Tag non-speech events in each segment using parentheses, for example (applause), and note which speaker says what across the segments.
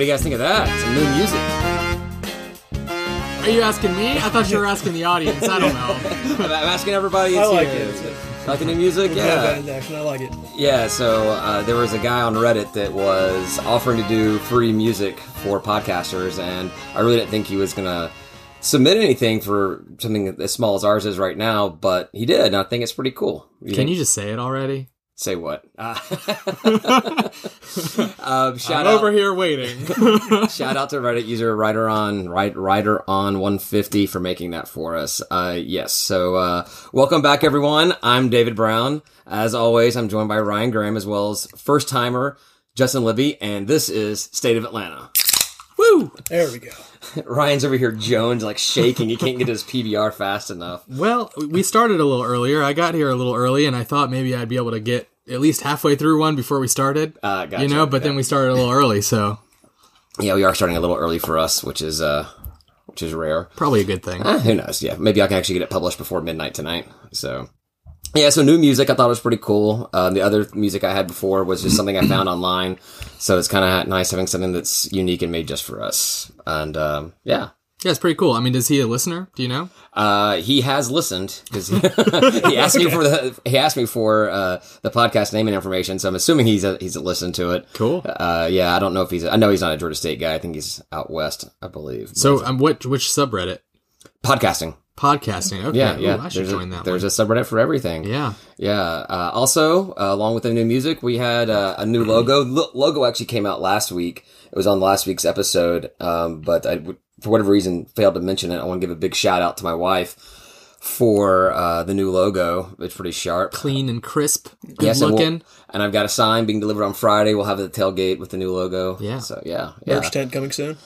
Speaker 1: you guys think of that? Some new music.
Speaker 2: (laughs)
Speaker 3: Are you asking me? I thought you were asking the audience. I don't know.
Speaker 1: I'm I'm asking everybody.
Speaker 2: I
Speaker 1: It's
Speaker 2: like
Speaker 1: here.
Speaker 2: it.
Speaker 1: Like the new music? Yeah.
Speaker 2: Band action. I like it.
Speaker 1: Yeah, so uh, there was a guy on Reddit that was offering to do free music for podcasters, and I really didn't think he was going to submit anything for something as small as ours is right now, but he did, and I think it's pretty cool.
Speaker 3: (laughs) Can
Speaker 1: think-
Speaker 3: you just say it already?
Speaker 1: say
Speaker 3: (laughs)
Speaker 1: what? (laughs) Uh, um, shout
Speaker 3: I'm
Speaker 1: out,
Speaker 3: over here waiting.
Speaker 1: shout out to Reddit user Rider on right Rider on 150 for making that for us. Uh, yes, so uh, welcome back, everyone. I'm David Brown. As always, I'm joined by Ryan Graham as well as first timer Justin Libby, and this is State of Atlanta.
Speaker 3: (laughs)
Speaker 1: (laughs)
Speaker 3: Woo!
Speaker 2: There we go.
Speaker 1: Ryan's over here, Jones, like shaking. He can't get his PBR fast enough.
Speaker 3: Well, we started a little earlier. I got here a little early, and I thought maybe I'd be able to get at least halfway through one before we started.
Speaker 1: Uh, gotcha.
Speaker 3: you know, but then we started a little early, so
Speaker 1: yeah, we are starting a little early for us, which is uh, which is rare.
Speaker 3: probably a good thing.
Speaker 1: Eh, who knows? Yeah, maybe I can actually get it published before midnight tonight. So, yeah, so new music I thought was pretty cool. Um, the other music I had before was just something I found online. So it's kind of nice having something that's unique and made just for us. And um, yeah.
Speaker 3: Yeah, it's pretty cool. I mean, is he a listener? Do you know?
Speaker 1: Uh, he has listened because he, (laughs) he asked me for the he asked me for uh, the podcast name and information. So I'm assuming he's a, he's listened to it.
Speaker 3: Cool.
Speaker 1: Uh, yeah, I don't know if he's I know he's not a Georgia State guy. I think he's out west, I believe.
Speaker 3: So, um, what which subreddit?
Speaker 1: podcasting,
Speaker 3: Podcasting. Okay.
Speaker 1: yeah, yeah.
Speaker 3: Ooh, I should
Speaker 1: there's
Speaker 3: join
Speaker 1: a,
Speaker 3: that one.
Speaker 1: There's a subreddit for everything.
Speaker 3: Yeah.
Speaker 1: Yeah. Uh, also, uh, along with the new music, we had uh, a new logo. Lo- logo actually came out last week. It was on last week's episode, um, but I, w- for whatever reason, failed to mention it. I want to give a big shout out to my wife for uh, the new logo. It's pretty sharp.
Speaker 3: Clean and crisp. Good
Speaker 1: Yes, and we'll-
Speaker 3: looking.
Speaker 1: And I've got a sign being delivered on Friday. We'll have it at the tailgate with the new logo.
Speaker 3: Yeah.
Speaker 1: So yeah, yeah.
Speaker 2: Merch tent coming soon.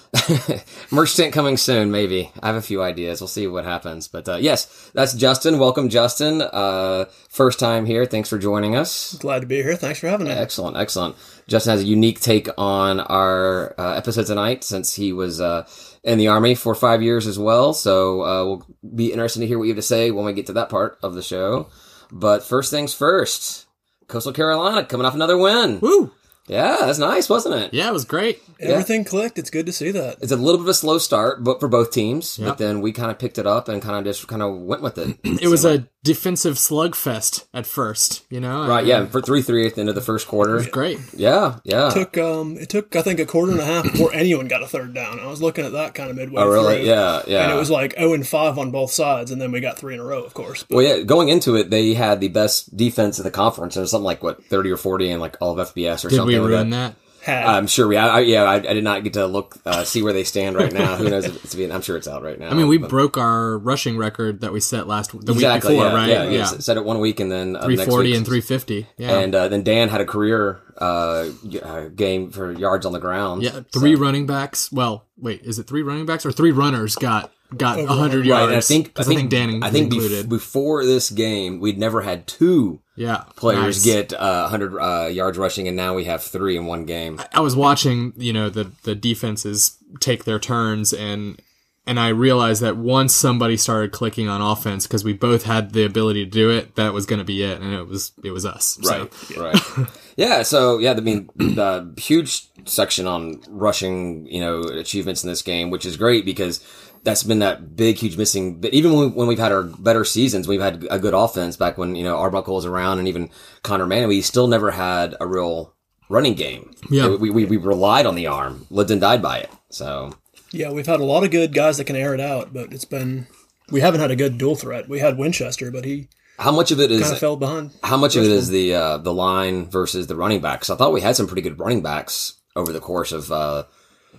Speaker 1: (laughs) Merch tent coming soon, maybe. I have a few ideas. We'll see what happens. But uh, yes, that's Justin. Welcome, Justin. Uh, first time here. Thanks for joining us.
Speaker 2: Glad to be here. Thanks for having us.
Speaker 1: Excellent, excellent. Justin has a unique take on our uh, episode tonight since he was uh, in the Army for five years as well. So uh, we'll be interested to hear what you have to say when we get to that part of the show. But first things first, Coastal Carolina coming off another win.
Speaker 3: Woo!
Speaker 1: Yeah, that's nice, wasn't it?
Speaker 3: Yeah, it was great.
Speaker 2: Everything clicked. It's good to see that.
Speaker 1: It's a little bit of a slow start, but for both teams.
Speaker 3: Yep.
Speaker 1: But then we kind of picked it up and kind of just kind of went with
Speaker 2: (clears throat)
Speaker 1: it.
Speaker 3: It was a defensive slugfest at first, you know?
Speaker 1: right,
Speaker 3: And
Speaker 1: yeah, for three three at the end of the first quarter.
Speaker 3: Great.
Speaker 1: Yeah, yeah.
Speaker 2: took um it took I think a quarter and a half before anyone got a third down. I was looking at that kind of midway
Speaker 1: Oh, really?
Speaker 2: through.
Speaker 1: Yeah, yeah.
Speaker 2: And it was like 0 and 5 on both sides, and then we got three in a row, of course. But
Speaker 1: Well, yeah, going into it, they had the best defense in the conference. It was something like what thirty or forty, and like all of FBS or
Speaker 3: Did
Speaker 1: something.
Speaker 3: we
Speaker 1: like
Speaker 3: ruin
Speaker 1: that.
Speaker 3: that?
Speaker 2: had
Speaker 1: I'm sure we. I, I, yeah, I, I did not get to look uh, see where they stand right now. Who knows? If it's being, I'm sure it's out right now.
Speaker 3: (laughs) I mean, we
Speaker 1: But-
Speaker 3: broke our rushing record that we set last the
Speaker 1: exactly.
Speaker 3: week before,
Speaker 1: yeah,
Speaker 3: right?
Speaker 1: Yeah, yeah. Set it one week and then uh, the next
Speaker 3: 340
Speaker 1: week-
Speaker 3: and 350. Yeah.
Speaker 1: And uh, then Dan had a career uh, y- uh, game for yards on the ground.
Speaker 3: yeah, three running backs. Well, wait, is it three running backs or three runners got got 100
Speaker 1: Right,
Speaker 3: yards?
Speaker 1: and I think
Speaker 3: 'Cause I think Danning
Speaker 1: I think bef-
Speaker 3: included.
Speaker 1: before this game, we'd never had two
Speaker 3: yeah.
Speaker 1: players
Speaker 3: nice.
Speaker 1: get uh, 100 uh, yards rushing, and now we have three in one game.
Speaker 3: I was watching, you know, the the defenses take their turns and and I realized that once somebody started clicking on offense because we both had the ability to do it, that was going to be it and it was it was us. So,
Speaker 1: Right, right. (laughs) yeah, so yeah, I mean, the huge section on rushing, you know, achievements in this game, which is great because that's been that big, huge missing. But even when, when we've had our better seasons, we've had a good offense back when you know Arbuckle was around, and even Connor Manning, we still never had a real running game.
Speaker 3: Yeah.
Speaker 1: we we, we relied on the arm, lived and died by it. So
Speaker 2: yeah, we've had a lot of good guys that can air it out, but it's been we haven't had a good dual threat. We had Winchester, but he
Speaker 1: how much of it is
Speaker 2: kind of fell behind.
Speaker 1: how much of it is the uh, the line versus the running backs? I thought we had some pretty good running backs over the course of, uh,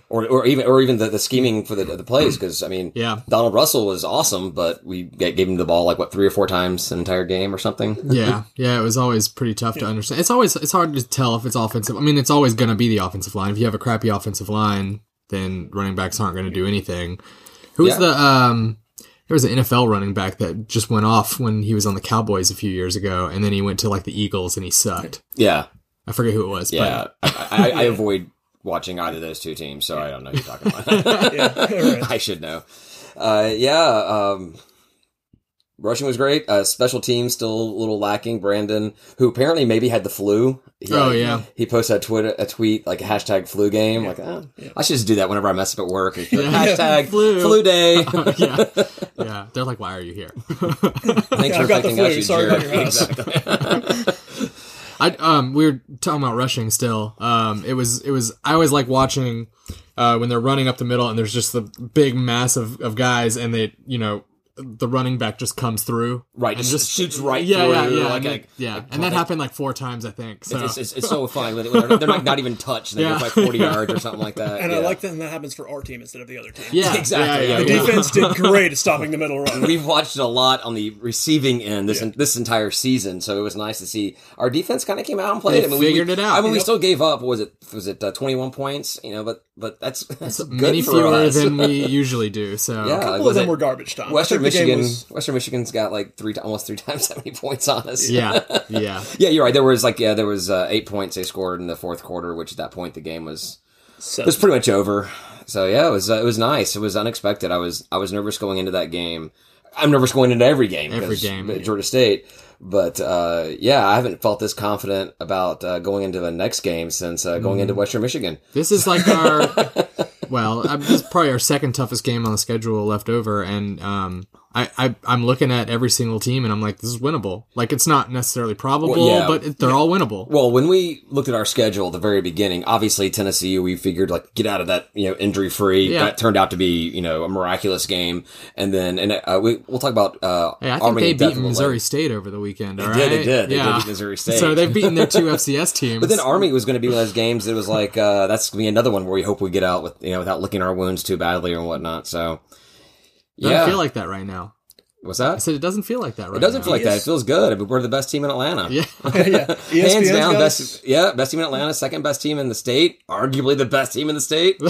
Speaker 1: or or even or even the, the scheming for the the plays. Because I mean,
Speaker 3: Yeah.
Speaker 1: Donald Russell was awesome, but we ga- gave him the ball like what three or four times an entire game or something.
Speaker 3: Yeah, yeah, it was always pretty tough to understand. It's always it's hard to tell if it's offensive. I mean, it's always going to be the offensive line. If you have a crappy offensive line, then running backs aren't going to do anything. Who was
Speaker 1: Yeah.
Speaker 3: the um? There was an NFL running back that just went off when he was on the Cowboys a few years ago, and then he went to like the Eagles and he sucked.
Speaker 1: Yeah,
Speaker 3: I forget who it was.
Speaker 1: yeah. I, I, I avoid watching either of those two teams, so I don't know who you're (laughs) talking about.
Speaker 2: Yeah, right.
Speaker 1: I should know. Uh, yeah. Um, rushing was great. Uh, special teams still a little lacking. Brandon, who apparently maybe had the flu. He,
Speaker 3: Oh,
Speaker 1: like,
Speaker 3: yeah.
Speaker 1: He posted a tweet, a tweet like hashtag flu game. Like, oh, I should just do that whenever I mess up at work. Hashtag
Speaker 3: Flu.
Speaker 1: flu. day.
Speaker 3: (laughs) yeah,
Speaker 1: (laughs)
Speaker 3: yeah. They're like, why are you here?
Speaker 1: Thanks
Speaker 2: Yeah,
Speaker 1: for
Speaker 2: I've got the
Speaker 1: picking us,
Speaker 2: flu.
Speaker 1: you
Speaker 2: Sorry about
Speaker 1: jerk.
Speaker 2: your house.
Speaker 1: Exactly. (laughs)
Speaker 3: I um we were talking about rushing still. Um it was it was I always like watching uh when they're running up the middle and there's just the big mass of, of guys and they you know the running back just comes through.
Speaker 1: Right,
Speaker 3: And
Speaker 1: just,
Speaker 3: just
Speaker 1: shoots right
Speaker 3: yeah,
Speaker 1: through.
Speaker 3: yeah, yeah,
Speaker 1: like
Speaker 3: and,
Speaker 1: a-
Speaker 3: it- yeah. and that happened like four times I think. So
Speaker 1: It's, it's, it's so funny. when They're, they're like not even touched. And they
Speaker 3: Oh. Yeah.
Speaker 1: go like 40 yards or something like that.
Speaker 2: And
Speaker 1: yeah.
Speaker 2: I like that that happens for our team instead of the other team.
Speaker 3: yeah,
Speaker 1: (laughs) Exactly,
Speaker 3: Yeah,
Speaker 1: yeah,
Speaker 3: yeah,
Speaker 2: The
Speaker 1: yeah.
Speaker 2: defense did great at stopping the
Speaker 1: (laughs)
Speaker 2: middle run.
Speaker 1: We've watched it a lot on the receiving end this this entire season, so it was nice to see our defense kind of came out and played.
Speaker 3: They
Speaker 1: I mean, we- we-
Speaker 3: figured it out.
Speaker 1: I mean, we
Speaker 3: Yep.
Speaker 1: still gave up. What was it was it uh, twenty one points? You know, but but that's that's good
Speaker 3: Many
Speaker 1: for
Speaker 3: fewer
Speaker 1: us.
Speaker 3: than
Speaker 1: (laughs)
Speaker 3: we usually do. So
Speaker 1: yeah,
Speaker 2: A couple of
Speaker 1: was
Speaker 2: them
Speaker 1: it-
Speaker 2: were garbage time. I
Speaker 1: Western
Speaker 2: think the game
Speaker 1: Michigan.
Speaker 2: was-
Speaker 1: Western Michigan's got like three ti- almost three times (laughs) that many points on us.
Speaker 3: yeah, yeah.
Speaker 1: yeah, you're right. There was like yeah, there was uh, eight points they scored in the fourth quarter, which at that point the game was
Speaker 2: so-
Speaker 1: it was pretty much over. So yeah, it was uh, it was nice. It was unexpected. I was I was nervous going into that game. I'm nervous going into every game.
Speaker 3: Every
Speaker 1: 'cause
Speaker 3: game,
Speaker 1: at
Speaker 3: yeah.
Speaker 1: Georgia State. But uh, yeah, I haven't felt this confident about uh, going into the next game since uh, going into
Speaker 3: Mm-hmm.
Speaker 1: Western Michigan.
Speaker 3: This is like
Speaker 1: (laughs)
Speaker 3: our well, I- this is probably our second toughest game on the schedule left over, and um, I, I I'm looking at every single team, and I'm like, this is winnable. Like it's not necessarily probable,
Speaker 1: Well, yeah.
Speaker 3: but it, they're all winnable.
Speaker 1: Well, when we looked at our schedule at the very beginning, obviously Tennessee, we figured like get out of that, you know, injury free.
Speaker 3: Yeah.
Speaker 1: That turned out to be, you know, a miraculous game. And then, and uh, we, we'll talk about uh,
Speaker 3: Hey, I think
Speaker 1: Army
Speaker 3: they
Speaker 1: and Death
Speaker 3: beat
Speaker 1: a little
Speaker 3: Missouri
Speaker 1: later.
Speaker 3: State over the weekend. All right,
Speaker 1: did, they did. They did
Speaker 3: yeah.
Speaker 1: beat Missouri State.
Speaker 3: (laughs) So they've beaten
Speaker 1: (laughs)
Speaker 3: their two FCS teams.
Speaker 1: But then Army was going to be one of those games that was like, uh, that's going to be another one where we hope we get out with, you know, without licking our wounds too badly or whatnot. So,
Speaker 3: doesn't
Speaker 1: yeah.
Speaker 3: feel like that right now.
Speaker 1: What's
Speaker 3: I
Speaker 1: that?
Speaker 3: said it doesn't feel like that right.
Speaker 1: It doesn't
Speaker 3: now.
Speaker 1: feel like that. It feels good. I mean, we're the best team in Atlanta. (laughs)
Speaker 3: (laughs) Yeah, (laughs) E
Speaker 2: yeah.
Speaker 1: Hands
Speaker 2: ESPN's
Speaker 1: down,
Speaker 2: got us.
Speaker 1: best. Yeah, best team in Atlanta, second best team in the state, arguably the best team in the
Speaker 3: (laughs)
Speaker 1: state. I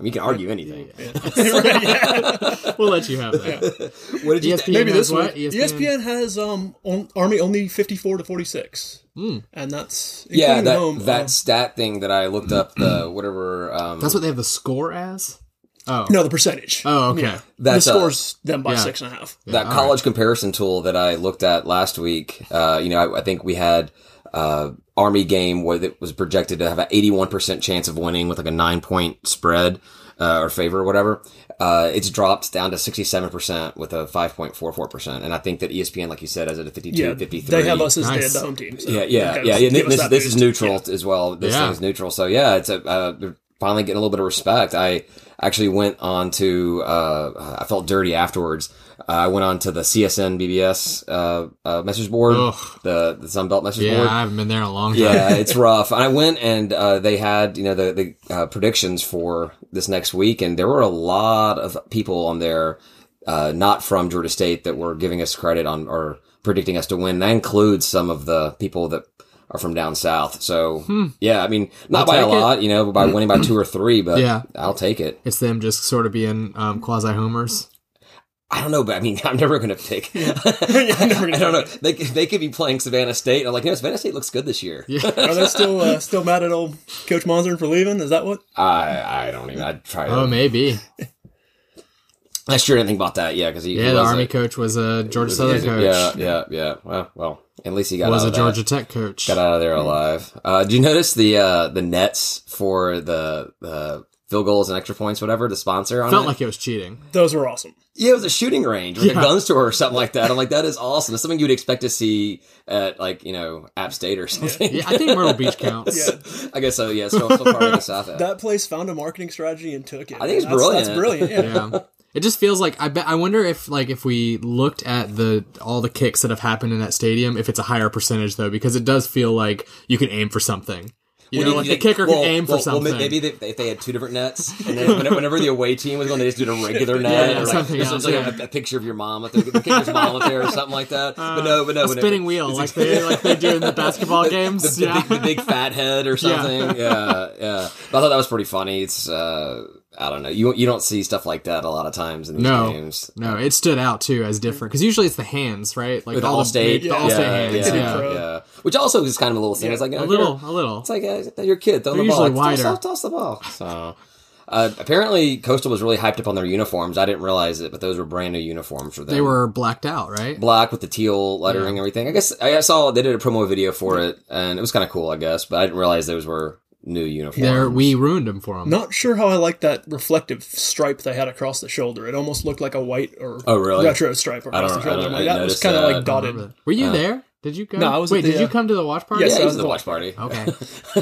Speaker 1: mean, you can argue anything.
Speaker 2: Right, (laughs) yeah. (laughs)
Speaker 3: we'll let you have that.
Speaker 1: (laughs)
Speaker 3: E
Speaker 1: What did you?
Speaker 3: ESPN
Speaker 2: Maybe
Speaker 3: has
Speaker 2: this
Speaker 3: what?
Speaker 2: one. E
Speaker 1: E
Speaker 2: ESPN has um on, Army only fifty four to forty six, and that's
Speaker 1: yeah,
Speaker 2: including
Speaker 1: that
Speaker 2: home.
Speaker 1: that
Speaker 2: um,
Speaker 1: stat thing that I looked up, the whatever. Um,
Speaker 3: uh, That's what they have the score as. Oh,
Speaker 2: um, no, the percentage.
Speaker 3: oh, okay.
Speaker 1: that's
Speaker 2: the
Speaker 1: uh,
Speaker 2: scores them by
Speaker 3: yeah.
Speaker 2: six and a half.
Speaker 1: that college comparison tool that I looked at last week, uh, you know, I, I think we had uh, Army game where it was projected to have an eighty-one percent chance of winning with like a nine-point spread uh, or favor or whatever. Uh, it's dropped down to sixty-seven percent with a five point four four percent, and I think that E ESPN, like you said, has it at 52,
Speaker 2: Yeah,
Speaker 1: 53.
Speaker 2: they have us as
Speaker 3: Nice.
Speaker 2: the, the home team. So
Speaker 1: Yeah, yeah,
Speaker 2: okay,
Speaker 1: yeah.
Speaker 2: give
Speaker 1: And thi-
Speaker 2: us
Speaker 1: this,
Speaker 2: that
Speaker 1: this is
Speaker 2: boost.
Speaker 1: neutral as well. This
Speaker 3: Yeah.
Speaker 1: thing's neutral. So yeah, it's a uh, they're finally getting a little bit of respect. I actually went on to uh, I felt dirty afterwards. Uh, I went on to the CSN BBS uh, uh, message board,
Speaker 3: Ugh.
Speaker 1: the the Sunbelt message
Speaker 3: Yeah,
Speaker 1: board.
Speaker 3: I haven't been there in a long time.
Speaker 1: yeah, Uh, it's rough. And I went and uh, they had you know the the uh, predictions for this next week, and there were a lot of people on there uh, not from Georgia State that were giving us credit on or predicting us to win. That includes some of the people that are from down south. So yeah, I mean not by
Speaker 3: Hmm.
Speaker 1: a
Speaker 3: I'll take it. Mm.
Speaker 1: lot, you know, by winning by two or three, but
Speaker 3: Yeah.
Speaker 1: I'll take it.
Speaker 3: It's them just sort of being um, quasi homers.
Speaker 1: I don't know, but I mean, (laughs) I'm never going to pick. (laughs)
Speaker 3: (laughs)
Speaker 2: I'm never gonna
Speaker 1: I don't know. They, could- they could be playing Savannah State. and I'm like, you know, Savannah State looks good this year.
Speaker 2: Are they still uh, still mad at old Coach Monzern for leaving? Is that what?
Speaker 1: I I don't even. I try.
Speaker 3: Oh,
Speaker 1: to
Speaker 3: maybe.
Speaker 1: I sure didn't think about that. Yeah, because he he
Speaker 3: Yeah, the
Speaker 1: was
Speaker 3: Army
Speaker 1: a-
Speaker 3: coach was a Georgia Southern coach.
Speaker 1: Yeah, yeah, yeah. Well, well, at least he got
Speaker 3: was
Speaker 1: out
Speaker 3: a
Speaker 1: of
Speaker 3: Georgia Tech coach.
Speaker 1: That, got out of there alive. Uh, do you notice the uh, the nets for the the field goals and extra points, whatever? The sponsor on
Speaker 3: Felt
Speaker 1: it?
Speaker 3: like it was cheating.
Speaker 2: Those were awesome.
Speaker 1: yeah, it was a shooting range, or like
Speaker 3: Yeah.
Speaker 1: a gun store, or something like that. I'm like, that is awesome. It's something you'd expect to see at like you know App State or something.
Speaker 3: Yeah, I think Myrtle Beach counts.
Speaker 2: Yeah.
Speaker 1: (laughs) I guess so. Yeah, it's still, still part of the South. End.
Speaker 2: That place found a marketing strategy and took it.
Speaker 1: I think it's
Speaker 2: That's-
Speaker 1: brilliant.
Speaker 2: That's brilliant. Yeah.
Speaker 3: yeah. It just feels like I bet. I wonder if like if we looked at the all the kicks that have happened in that stadium, if it's a higher percentage though, because it does feel like you can aim for something. You
Speaker 1: Well,
Speaker 3: know,
Speaker 1: you-
Speaker 3: like
Speaker 1: you-
Speaker 3: the kicker
Speaker 1: well,
Speaker 3: can aim for
Speaker 1: well, well,
Speaker 3: something.
Speaker 1: may- maybe they, if they had two different nets, and then whenever, whenever the away team was going, they just did a regular net.
Speaker 3: (laughs) Yeah, yeah,
Speaker 1: or like,
Speaker 3: something
Speaker 1: there's
Speaker 3: else,
Speaker 1: like
Speaker 3: yeah. Uh,
Speaker 1: a, a picture of your mom up there, the kicker's mom up there, or something like that. But no, but no, whenever-
Speaker 3: spinning wheel
Speaker 1: it's
Speaker 3: like they like they do
Speaker 1: (laughs)
Speaker 3: in the basketball
Speaker 1: The,
Speaker 3: games.
Speaker 1: the
Speaker 3: yeah.
Speaker 1: big, the big fat head
Speaker 3: (laughs)
Speaker 1: or something. Yeah, yeah. But I thought that was pretty funny. It's uh, I don't know. You you don't see stuff like that a lot of times in these
Speaker 3: No.
Speaker 1: games.
Speaker 3: No, it stood out too as different because usually it's the hands, right? Like
Speaker 1: With all state,
Speaker 3: the, the all state hands,
Speaker 1: yeah,
Speaker 3: yeah.
Speaker 1: yeah, yeah. Which also is kind of a little thing. It's like
Speaker 3: A little, a little.
Speaker 1: It's like uh, your kid throwing
Speaker 3: They're
Speaker 1: the ball.
Speaker 3: usually
Speaker 1: Like, toss,
Speaker 3: wider.
Speaker 1: toss, toss the ball. (laughs) So, Uh, apparently, Coastal was really hyped up on their uniforms. I didn't realize it, but those were brand new uniforms for them.
Speaker 3: They were blacked out, right?
Speaker 1: black with the teal lettering and everything. I guess I saw they did a promo video for it, and it was kind of cool, I guess. But I didn't realize those were new uniforms.
Speaker 3: There, we ruined them for them.
Speaker 2: Not sure how I like that reflective stripe they had across the shoulder. It almost looked like a white or
Speaker 1: Oh, really?
Speaker 2: retro stripe across
Speaker 1: don't-
Speaker 2: the
Speaker 1: I
Speaker 2: shoulder.
Speaker 1: don't- I
Speaker 2: I'm like,
Speaker 1: didn't
Speaker 2: that was
Speaker 1: notice
Speaker 2: kind of
Speaker 1: that.
Speaker 2: like dotted.
Speaker 3: Were
Speaker 1: Uh,
Speaker 3: you there? Did you go?
Speaker 2: No, I was at
Speaker 3: Wait,
Speaker 2: the,
Speaker 3: did you
Speaker 2: uh,
Speaker 3: come to the watch party?
Speaker 2: yes,
Speaker 1: yeah,
Speaker 2: I
Speaker 1: it
Speaker 2: was
Speaker 1: was the watch party.
Speaker 3: Okay.
Speaker 1: (laughs)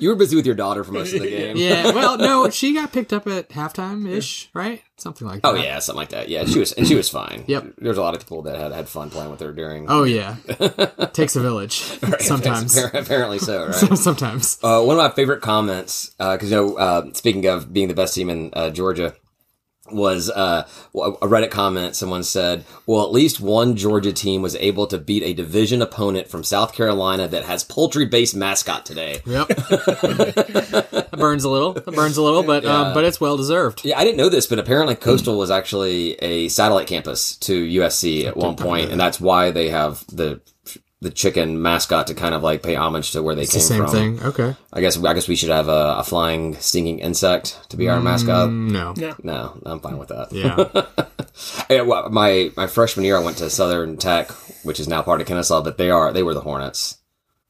Speaker 1: You were busy with your daughter for most of the game.
Speaker 3: (laughs) yeah. Well, no, she got picked up at halftime ish, right? Something like that.
Speaker 1: Oh yeah, something like that. Yeah, she was and she was fine.
Speaker 3: Yep.
Speaker 1: There's a lot of people that had had fun playing with her during.
Speaker 3: Oh yeah. Takes a village. Sometimes.
Speaker 1: (laughs)
Speaker 3: (laughs)
Speaker 1: apparently so, right?
Speaker 3: Sometimes.
Speaker 1: Uh, one of my favorite comments, because you know, uh, speaking of being the best team in uh, Georgia, was uh, a Reddit comment. Someone said, "Well, at least one Georgia team was able to beat a division opponent from South Carolina that has poultry-based mascot today." (laughs)
Speaker 3: Yep. that burns a little. That burns a little, but um, but it's well deserved.
Speaker 1: Yeah, I didn't know this, but apparently
Speaker 3: Hmm.
Speaker 1: Coastal was actually a satellite campus to USC at one point, and that's why they have the the chicken mascot to kind of like pay homage to where they came
Speaker 3: It's the same
Speaker 1: from.
Speaker 3: thing. Okay.
Speaker 1: I guess I guess we should have a, a flying stinging insect to be our mascot.
Speaker 3: No.
Speaker 2: No.
Speaker 1: No, I'm fine with that.
Speaker 3: Yeah.
Speaker 1: (laughs) Yeah, well, my my freshman year, I went to Southern Tech, which is now part of Kennesaw, but they are they were the Hornets.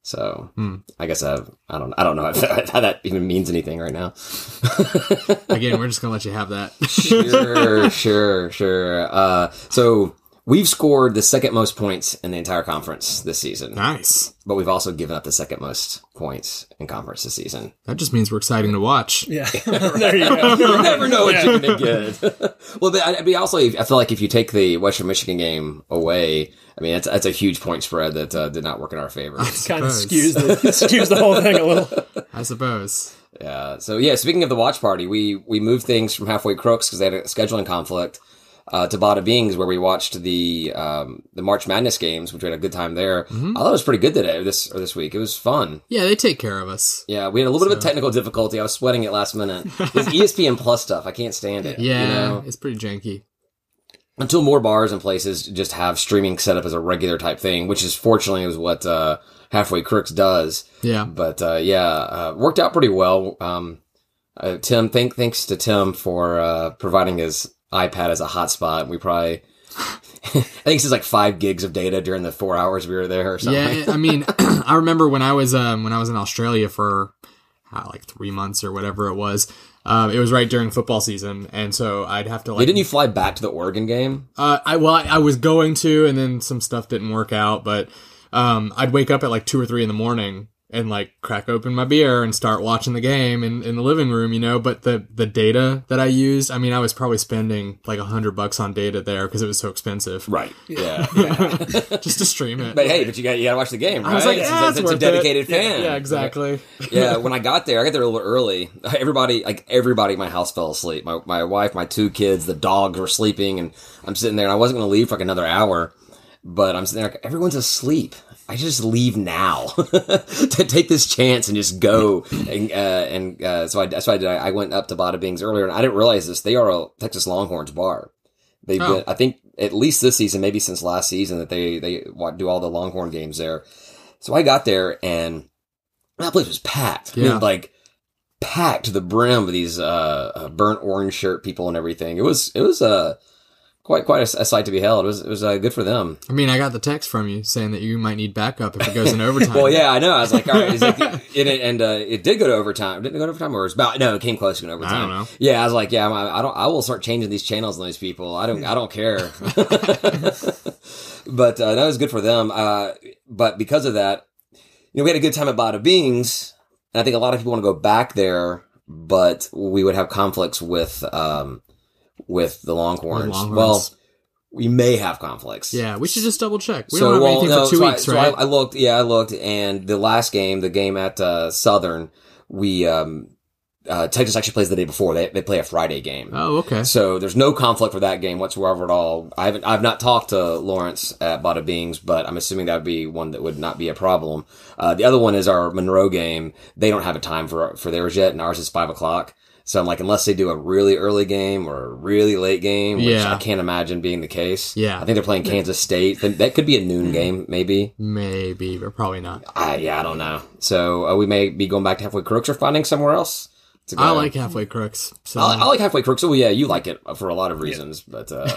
Speaker 1: So I guess I I don't I don't know (laughs) if that, how that even means anything right now.
Speaker 3: Again, we're just gonna let you have that.
Speaker 1: (laughs)
Speaker 3: (laughs)
Speaker 1: Sure, sure, sure. Uh, so we've scored the second most points in the entire conference this season,
Speaker 3: nice.
Speaker 1: but we've also given up the second most points in conference this season.
Speaker 3: That just means we're exciting to watch.
Speaker 1: (laughs)
Speaker 2: Yeah, (laughs) there you go.
Speaker 1: you never know what you're going to get. well, but I, I mean, also, I feel like if you take the Western Michigan game away, I mean, that's, that's a huge point spread that uh, did not work in our favor.
Speaker 2: kind of
Speaker 3: Suppose.
Speaker 2: skews the (laughs) skews the whole thing a little.
Speaker 3: I suppose.
Speaker 1: yeah. So, yeah, speaking of the watch party, we, we moved things from Halfway Crooks because they had a scheduling conflict. Uh, to Bada Bings, where we watched the um, the March Madness games, which we had a good time there. I thought it was pretty good today, this or this week. It was fun.
Speaker 3: Yeah, they take care of us.
Speaker 1: Yeah, we had a little bit of technical difficulty. I was sweating it last minute. This E ESPN Plus stuff, I can't stand it.
Speaker 3: Yeah,
Speaker 1: you know?
Speaker 3: it's pretty janky.
Speaker 1: until more bars and places just have streaming set up as a regular type thing, which is fortunately is what uh, Halfway Crooks does.
Speaker 3: Yeah.
Speaker 1: But uh, yeah, uh, worked out pretty well. Um, uh, Tim, thank thanks to Tim for uh, providing his iPad as a hotspot. We probably. (laughs) I think it's just like five gigs of data during the four hours we were there or something.
Speaker 3: Yeah,
Speaker 1: (laughs)
Speaker 3: I mean, (clears throat) I remember when I was um, when I was in Australia for uh, like three months or whatever it was. Um, it was right during football season, and so I'd have to like.
Speaker 1: Didn't you fly back to the Oregon game?
Speaker 3: Uh, I well, I, I was going to, and then some stuff didn't work out. But um, I'd wake up at like two or three in the morning and like crack open my beer and start watching the game in, in the living room, you know. But the the data that I used, I mean, I was probably spending like a hundred bucks on data there because it was so expensive
Speaker 1: Right.
Speaker 3: (laughs)
Speaker 1: Yeah.
Speaker 3: just to stream it.
Speaker 1: But hey, but you got you got to watch the game, right?
Speaker 3: I was like,
Speaker 1: It's-
Speaker 3: "Yeah,
Speaker 1: it's,
Speaker 3: it's
Speaker 1: it's a
Speaker 3: worth it."
Speaker 1: dedicated
Speaker 3: Yeah,
Speaker 1: fan.
Speaker 3: Yeah, exactly.
Speaker 1: yeah, when I got there, I got there a little early. (laughs) Everybody, like everybody in my house fell asleep. My, my wife, my two kids, the dogs were sleeping, and I'm sitting there and I wasn't going to leave for like another hour, but I'm sitting there, like, everyone's asleep. I should just leave now (laughs) to take this chance and just go. And, uh, and, uh, so I, that's what I did. I, I went up to Bada Bings earlier and I didn't realize this. They are a Texas Longhorns bar. They've
Speaker 3: Oh.
Speaker 1: been, I think at least this season, maybe since last season that they, they wa- do all the Longhorn games there. So I got there and that place was packed. I mean,
Speaker 3: Yeah.
Speaker 1: like packed to the brim with these uh, uh, burnt orange shirt people and everything. It was it was uh, quite quite a, a sight to beheld. It was it was uh, good for them.
Speaker 3: I mean, I got the text from you saying that you might need backup if it
Speaker 1: (laughs)
Speaker 3: goes in overtime.
Speaker 1: Well, yeah, I know. I was like, all right, is
Speaker 3: (laughs)
Speaker 1: it, and it, and uh, it did go to overtime. Didn't it go to overtime, or it was about no, it came close to an overtime.
Speaker 3: know.
Speaker 1: Yeah, I was like, yeah, I, I don't. I will start changing these channels on these people. I don't. I don't care. (laughs) but uh, that was good for them. Uh, but because of that, you know, we had a good time at Bada Bings, and I think a lot of people want to go back there, but we would have conflicts with um, with the Longhorns.
Speaker 3: With Longhorns.
Speaker 1: Well, we may have conflicts.
Speaker 3: Yeah, we should just double check. We
Speaker 1: So,
Speaker 3: don't have
Speaker 1: well,
Speaker 3: anything
Speaker 1: no,
Speaker 3: for two
Speaker 1: so I-
Speaker 3: weeks,
Speaker 1: so
Speaker 3: right?
Speaker 1: I, I looked, yeah, I looked, and the last game, the game at uh, Southern, we um, uh, Texas actually plays the day before. They they play a Friday game,
Speaker 3: oh, okay.
Speaker 1: so there's no conflict for that game whatsoever at all. I haven't, I've not talked to Lawrence at Bada Bings, but I'm assuming that would be one that would not be a problem. Uh, the other one is our Monroe game. They don't have a time for for theirs yet, and ours is five o'clock. So I'm like, unless they do a really early game or a really late game, which
Speaker 3: Yeah.
Speaker 1: I can't imagine being the case.
Speaker 3: Yeah. Mm-hmm.
Speaker 1: I think they're playing Kansas State. Then That could be a noon game, maybe.
Speaker 3: Maybe, but probably not.
Speaker 1: I, yeah, I don't know. So uh, we may be going back to halfway crooks or finding somewhere else to go.
Speaker 3: I like halfway crooks. So
Speaker 1: I, I like halfway crooks. Oh yeah, you like it for a lot of reasons, but (laughs) uh,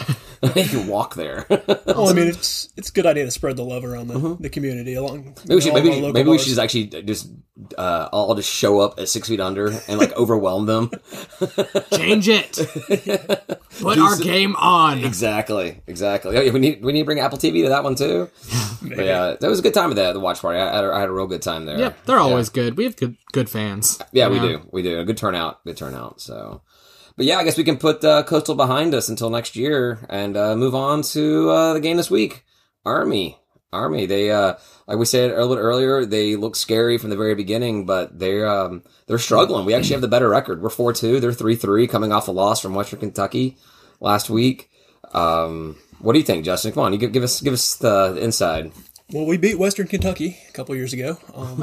Speaker 1: you can walk there.
Speaker 2: Oh, I mean, it's it's a good idea to spread the love around the, the community along.
Speaker 1: Mm-hmm. Maybe we should,
Speaker 2: all
Speaker 1: maybe,
Speaker 2: our local
Speaker 1: maybe we
Speaker 2: bars.
Speaker 1: should just actually just uh, I'll just show up at six feet under and like overwhelm them. Oh.
Speaker 3: change it. Put our game
Speaker 1: (laughs)
Speaker 3: on.
Speaker 1: exactly, exactly. Oh, yeah, we need we need to bring Apple TV to that one (laughs) too. But yeah, that was a good time at the, the watch party. I, I had a- I had a real good time there.
Speaker 3: Yep, they're always good. We have good good fans.
Speaker 1: Yeah, we
Speaker 3: you know?
Speaker 1: do, we do. A good turnout, good turnout. So, but yeah, I guess we can put uh, Coastal behind us until next year and uh, move on to uh, the game this week. Army, Army. They uh, like we said a little bit earlier, they look scary from the very beginning, but they're um, they're struggling. We actually have the better record. We're four two. They're three three, coming off a loss from Western Kentucky last week. Um, what do you think, Justin? Come on, you give, give us give us the inside.
Speaker 2: Well, we beat Western Kentucky a couple years ago.
Speaker 1: (laughs)
Speaker 2: Um,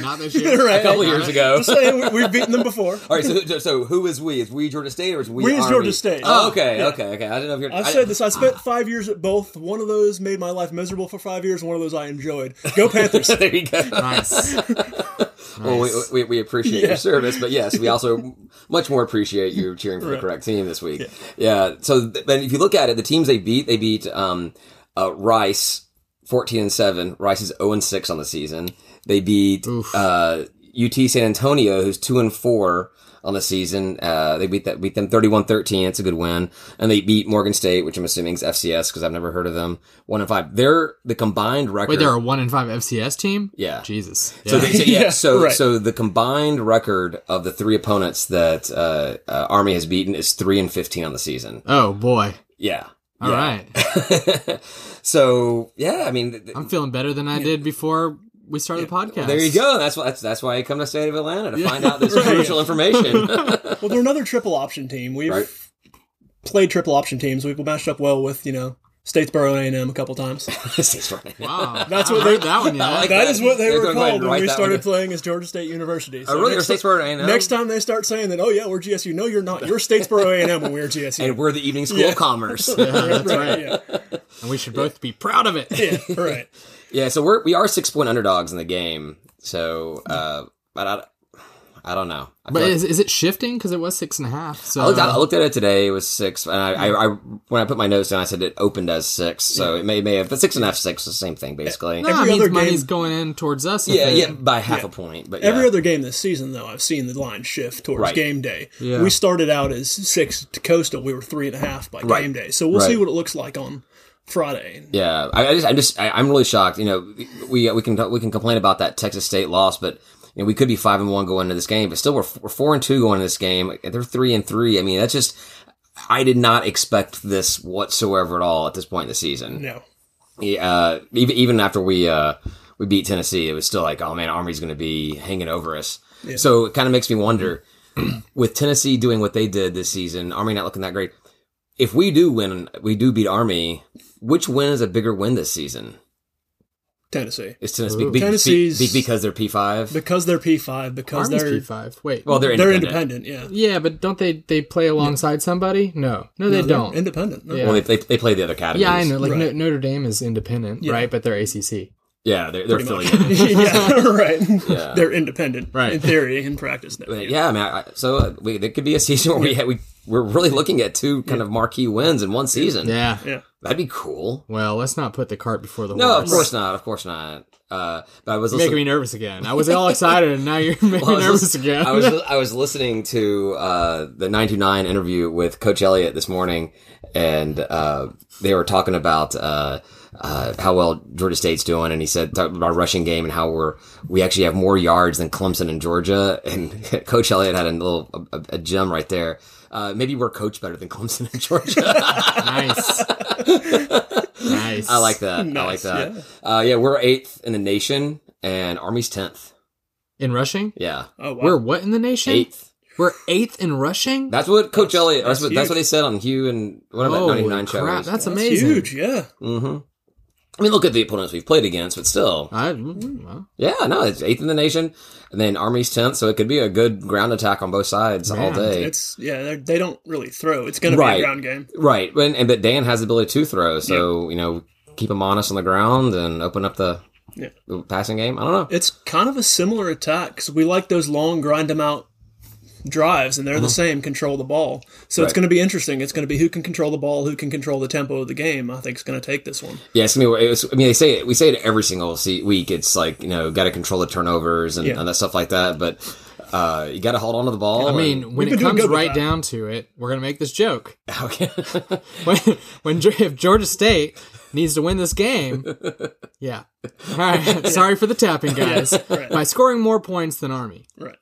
Speaker 3: Not this year.
Speaker 1: A (laughs) couple years ago.
Speaker 2: Just saying, we, we've beaten them before.
Speaker 1: All right, so so who is we? Is we Georgia State or is we?
Speaker 2: We is
Speaker 1: Army?
Speaker 2: Georgia State.
Speaker 1: Oh, okay, okay, okay. I didn't know if you're.
Speaker 2: I've said this. I spent five years at both. One of those made my life miserable for five years. One of those I enjoyed.
Speaker 1: (laughs)
Speaker 2: Go Panthers!
Speaker 1: There you go.
Speaker 3: Nice.
Speaker 1: Well, we, we, we appreciate your service, but yes, we
Speaker 3: (laughs)
Speaker 1: also much more appreciate you cheering for the correct team this week. Yeah. so th- then if you look at it, the teams they beat, they beat um, uh, Rice fourteen and seven. Rice is zero and six on the season. They beat uh, UT San Antonio, who's two and four on the season. Uh, they beat that beat them 31-13. It's a good win, and they beat Morgan State, which I'm assuming is FCS because I've never heard of them. One and five. They're the combined record.
Speaker 3: Wait, they're a one in five FCS team.
Speaker 1: Yeah.
Speaker 3: Jesus.
Speaker 1: So,
Speaker 3: Yeah.
Speaker 1: they, so yeah,
Speaker 2: (laughs) Yeah,
Speaker 1: so
Speaker 2: right.
Speaker 1: so the combined record of the three opponents that uh, uh, Army has beaten is three and fifteen on the season.
Speaker 3: oh boy.
Speaker 1: Yeah. (laughs)
Speaker 3: All right.
Speaker 1: so yeah, I mean, th- th-
Speaker 3: I'm feeling better than I did before we started the podcast.
Speaker 1: there you go. That's why that's, that's why I come to the state of Atlanta to find out this
Speaker 2: (laughs) Right.
Speaker 1: crucial
Speaker 2: (laughs)
Speaker 1: information. (laughs)
Speaker 2: Well, they're another triple option team. We've
Speaker 1: Right.
Speaker 2: played triple option teams. We've matched up well with you know Statesboro A and M a couple times.
Speaker 1: This is right. (laughs)
Speaker 3: Wow.
Speaker 2: That's
Speaker 3: I
Speaker 2: what
Speaker 3: heard
Speaker 2: they-
Speaker 3: that one. Yeah.
Speaker 1: Uh-huh. I like
Speaker 2: that is what they
Speaker 1: They're
Speaker 2: were
Speaker 1: gonna go ahead
Speaker 2: called
Speaker 1: and
Speaker 2: when
Speaker 1: write
Speaker 2: we
Speaker 1: that
Speaker 2: started
Speaker 1: one.
Speaker 2: playing as Georgia State University. So
Speaker 1: Oh, really? Or
Speaker 2: next,
Speaker 1: Statesboro A&M?
Speaker 2: next time they start saying that, oh yeah, we're GSU. No, you're not. You're Statesboro A and M, and we're
Speaker 1: (laughs)
Speaker 2: GSU.
Speaker 1: And we're the evening school of commerce.
Speaker 2: right, right. (laughs) Yeah,
Speaker 3: and we should both be proud of
Speaker 1: (laughs)
Speaker 3: it.
Speaker 2: yeah, right.
Speaker 1: yeah, so we're we are six point underdogs in the game. So, uh, but I, I don't know. I
Speaker 3: But
Speaker 1: feel like-
Speaker 3: is, is it shifting? Because it was six and a half. So
Speaker 1: I looked, at, I looked at it today. It was six, and I, I, I when I put my notes down, I said it opened as six, so it may may have but six and a half six is the same thing basically.
Speaker 3: no, it
Speaker 2: every
Speaker 3: means
Speaker 2: other
Speaker 3: money's
Speaker 2: game-
Speaker 3: going in towards us. if
Speaker 1: yeah,
Speaker 3: they-
Speaker 1: yeah, by half a point, but
Speaker 2: Every
Speaker 1: yeah.
Speaker 2: other game this season, though, I've seen the line shift towards
Speaker 1: Right.
Speaker 2: game day.
Speaker 3: Yeah.
Speaker 2: We started out as six to coastal. We were three and a half by
Speaker 1: Right.
Speaker 2: game day. So we'll
Speaker 1: Right.
Speaker 2: see what it looks like on Friday.
Speaker 1: Yeah, I, I just, I'm just, I, I'm really shocked. You know, we we can we can complain about that Texas State loss, but you know, we could be five and one going into this game, but still we're, we're four and two going into this game. and They're three and three. I mean, that's just, I did not expect this whatsoever at all at this point in the season.
Speaker 2: No.
Speaker 1: uh, even even after we uh, we beat Tennessee, it was still like, oh man, Army's going to be hanging over us. So it kind of makes me wonder (clears throat) with Tennessee doing what they did this season, Army not looking that great. If we do win, we do beat Army. Which win is a bigger win this season?
Speaker 2: Tennessee.
Speaker 1: Is Tennessee be- be-
Speaker 2: Tennessee's-
Speaker 1: be- because they're P five?
Speaker 2: Because they're P5, because
Speaker 3: Army's
Speaker 2: they're
Speaker 3: P five. Wait.
Speaker 1: Well, they're
Speaker 2: they're
Speaker 1: independent.
Speaker 2: independent, yeah.
Speaker 3: yeah, but don't they they play alongside somebody? No, no, they
Speaker 2: No, they're
Speaker 3: don't.
Speaker 2: Independent. No.
Speaker 3: Yeah.
Speaker 1: Well, they, they, they play the other academies.
Speaker 3: yeah, I know. Like
Speaker 2: Right.
Speaker 3: no, Notre Dame is independent,
Speaker 2: Yeah.
Speaker 3: right? But they're ACC.
Speaker 1: Yeah, they're, they're affiliated.
Speaker 2: yeah, (laughs) right.
Speaker 1: Yeah.
Speaker 2: They're independent,
Speaker 3: Right.
Speaker 2: In theory, in practice,
Speaker 1: (laughs)
Speaker 2: though.
Speaker 1: But yeah, I mean, I, I- so uh, we, it could be a season where we, ha- we we're really looking at two kind of marquee wins in one season.
Speaker 3: Yeah.
Speaker 2: yeah.
Speaker 1: That'd be cool.
Speaker 3: Well, let's not put the cart before the
Speaker 1: No,
Speaker 3: horse.
Speaker 1: of course not. Of course not. Uh, but I was
Speaker 3: You're making me
Speaker 1: listening.
Speaker 3: nervous again. I was all excited, and now you're
Speaker 1: (laughs)
Speaker 3: making
Speaker 1: I
Speaker 3: me
Speaker 1: was
Speaker 3: nervous
Speaker 1: lis-
Speaker 3: again.
Speaker 1: I
Speaker 3: (laughs)
Speaker 1: was I was listening to uh, the 929 interview with Coach Elliott this morning, and uh, they were talking about uh, uh, how well Georgia State's doing, and he said talked about our rushing game and how we're we actually have more yards than Clemson and Georgia. And (laughs) Coach Elliott had a little a, a gem right there. Uh, maybe we're coached better than Clemson and Georgia. (laughs)
Speaker 3: (laughs) nice. nice.
Speaker 1: I like that. I like
Speaker 2: Nice,
Speaker 1: that. Uh, yeah, we're eighth in the nation, and Army's tenth.
Speaker 3: in rushing.
Speaker 1: Yeah.
Speaker 2: Oh, wow.
Speaker 3: We're what in the nation?
Speaker 1: eighth.
Speaker 3: We're eighth in rushing.
Speaker 1: That's what Coach Elliott. That's, what that's
Speaker 2: huge.
Speaker 1: what they said on Hugh and whatever that ninety nine show.
Speaker 3: crap!
Speaker 1: is.
Speaker 3: That's
Speaker 2: That's
Speaker 3: amazing.
Speaker 2: huge, yeah.
Speaker 1: Mhm. I mean, look at the opponents we've played against, but still,
Speaker 3: I, mm, well,
Speaker 1: yeah, no, it's eighth in the nation, and then Army's tenth, so it could be a good ground attack on both sides all
Speaker 3: Man,
Speaker 1: day.
Speaker 2: It's yeah. they're- They don't really throw. It's going to
Speaker 1: Right.
Speaker 2: be a ground game.
Speaker 1: right, and, and but Dan has the ability to throw, so you know, keep him honest on the ground and open up the
Speaker 2: Yeah.
Speaker 1: The passing game. I don't know.
Speaker 2: It's kind of a similar attack because we like those long grind them out drives, and they're the same control the ball. So it's
Speaker 1: Uh-huh. Right.
Speaker 2: going to be interesting. It's going to be who can control the ball, who can control the tempo of the game. I think is going to take this one.
Speaker 1: Yeah, it's gonna be. It's, I mean, they say it. We say it every single se- week. It's like you know, got to control the turnovers and,
Speaker 2: Yeah.
Speaker 1: and that stuff like that. But uh, you got to hold on to the ball.
Speaker 3: I
Speaker 1: (laughs)
Speaker 3: mean, when it
Speaker 2: been doing
Speaker 3: comes
Speaker 2: good with
Speaker 3: right
Speaker 2: that.
Speaker 3: down to it, we're gonna make this joke.
Speaker 1: and, okay.
Speaker 3: When, when Ge- if Georgia State needs to win
Speaker 1: (laughs)
Speaker 3: this game, yeah. All right. Sorry for the tapping, guys.
Speaker 2: right.
Speaker 3: By scoring more points than Army.
Speaker 2: Right.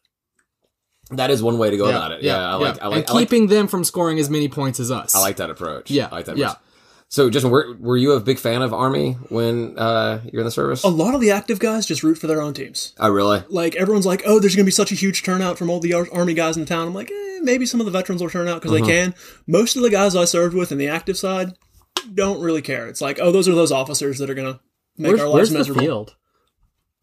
Speaker 1: (laughs) that is one way to go about it. Yeah, I like. I like.
Speaker 3: and
Speaker 1: I like,
Speaker 3: keeping them from scoring as many points as us.
Speaker 1: I like that approach.
Speaker 3: Yeah,
Speaker 1: I like that.
Speaker 3: yeah.
Speaker 1: Approach. So, Justin, were, were you a big fan of Army when uh, you're in the service?
Speaker 2: A lot of the active guys just root for their own teams.
Speaker 1: Oh, really?
Speaker 2: Like everyone's like, oh, there's going to be such a huge turnout from all the ar- army guys in town. I'm like, eh, maybe some of the veterans will turn out because
Speaker 3: Uh-huh.
Speaker 2: they can. Most of the guys I served with in the active side don't really care. It's like, oh, those are those officers that are going to make
Speaker 3: Where's,
Speaker 2: our
Speaker 3: where's
Speaker 2: lives
Speaker 3: the
Speaker 2: miserable.
Speaker 3: field?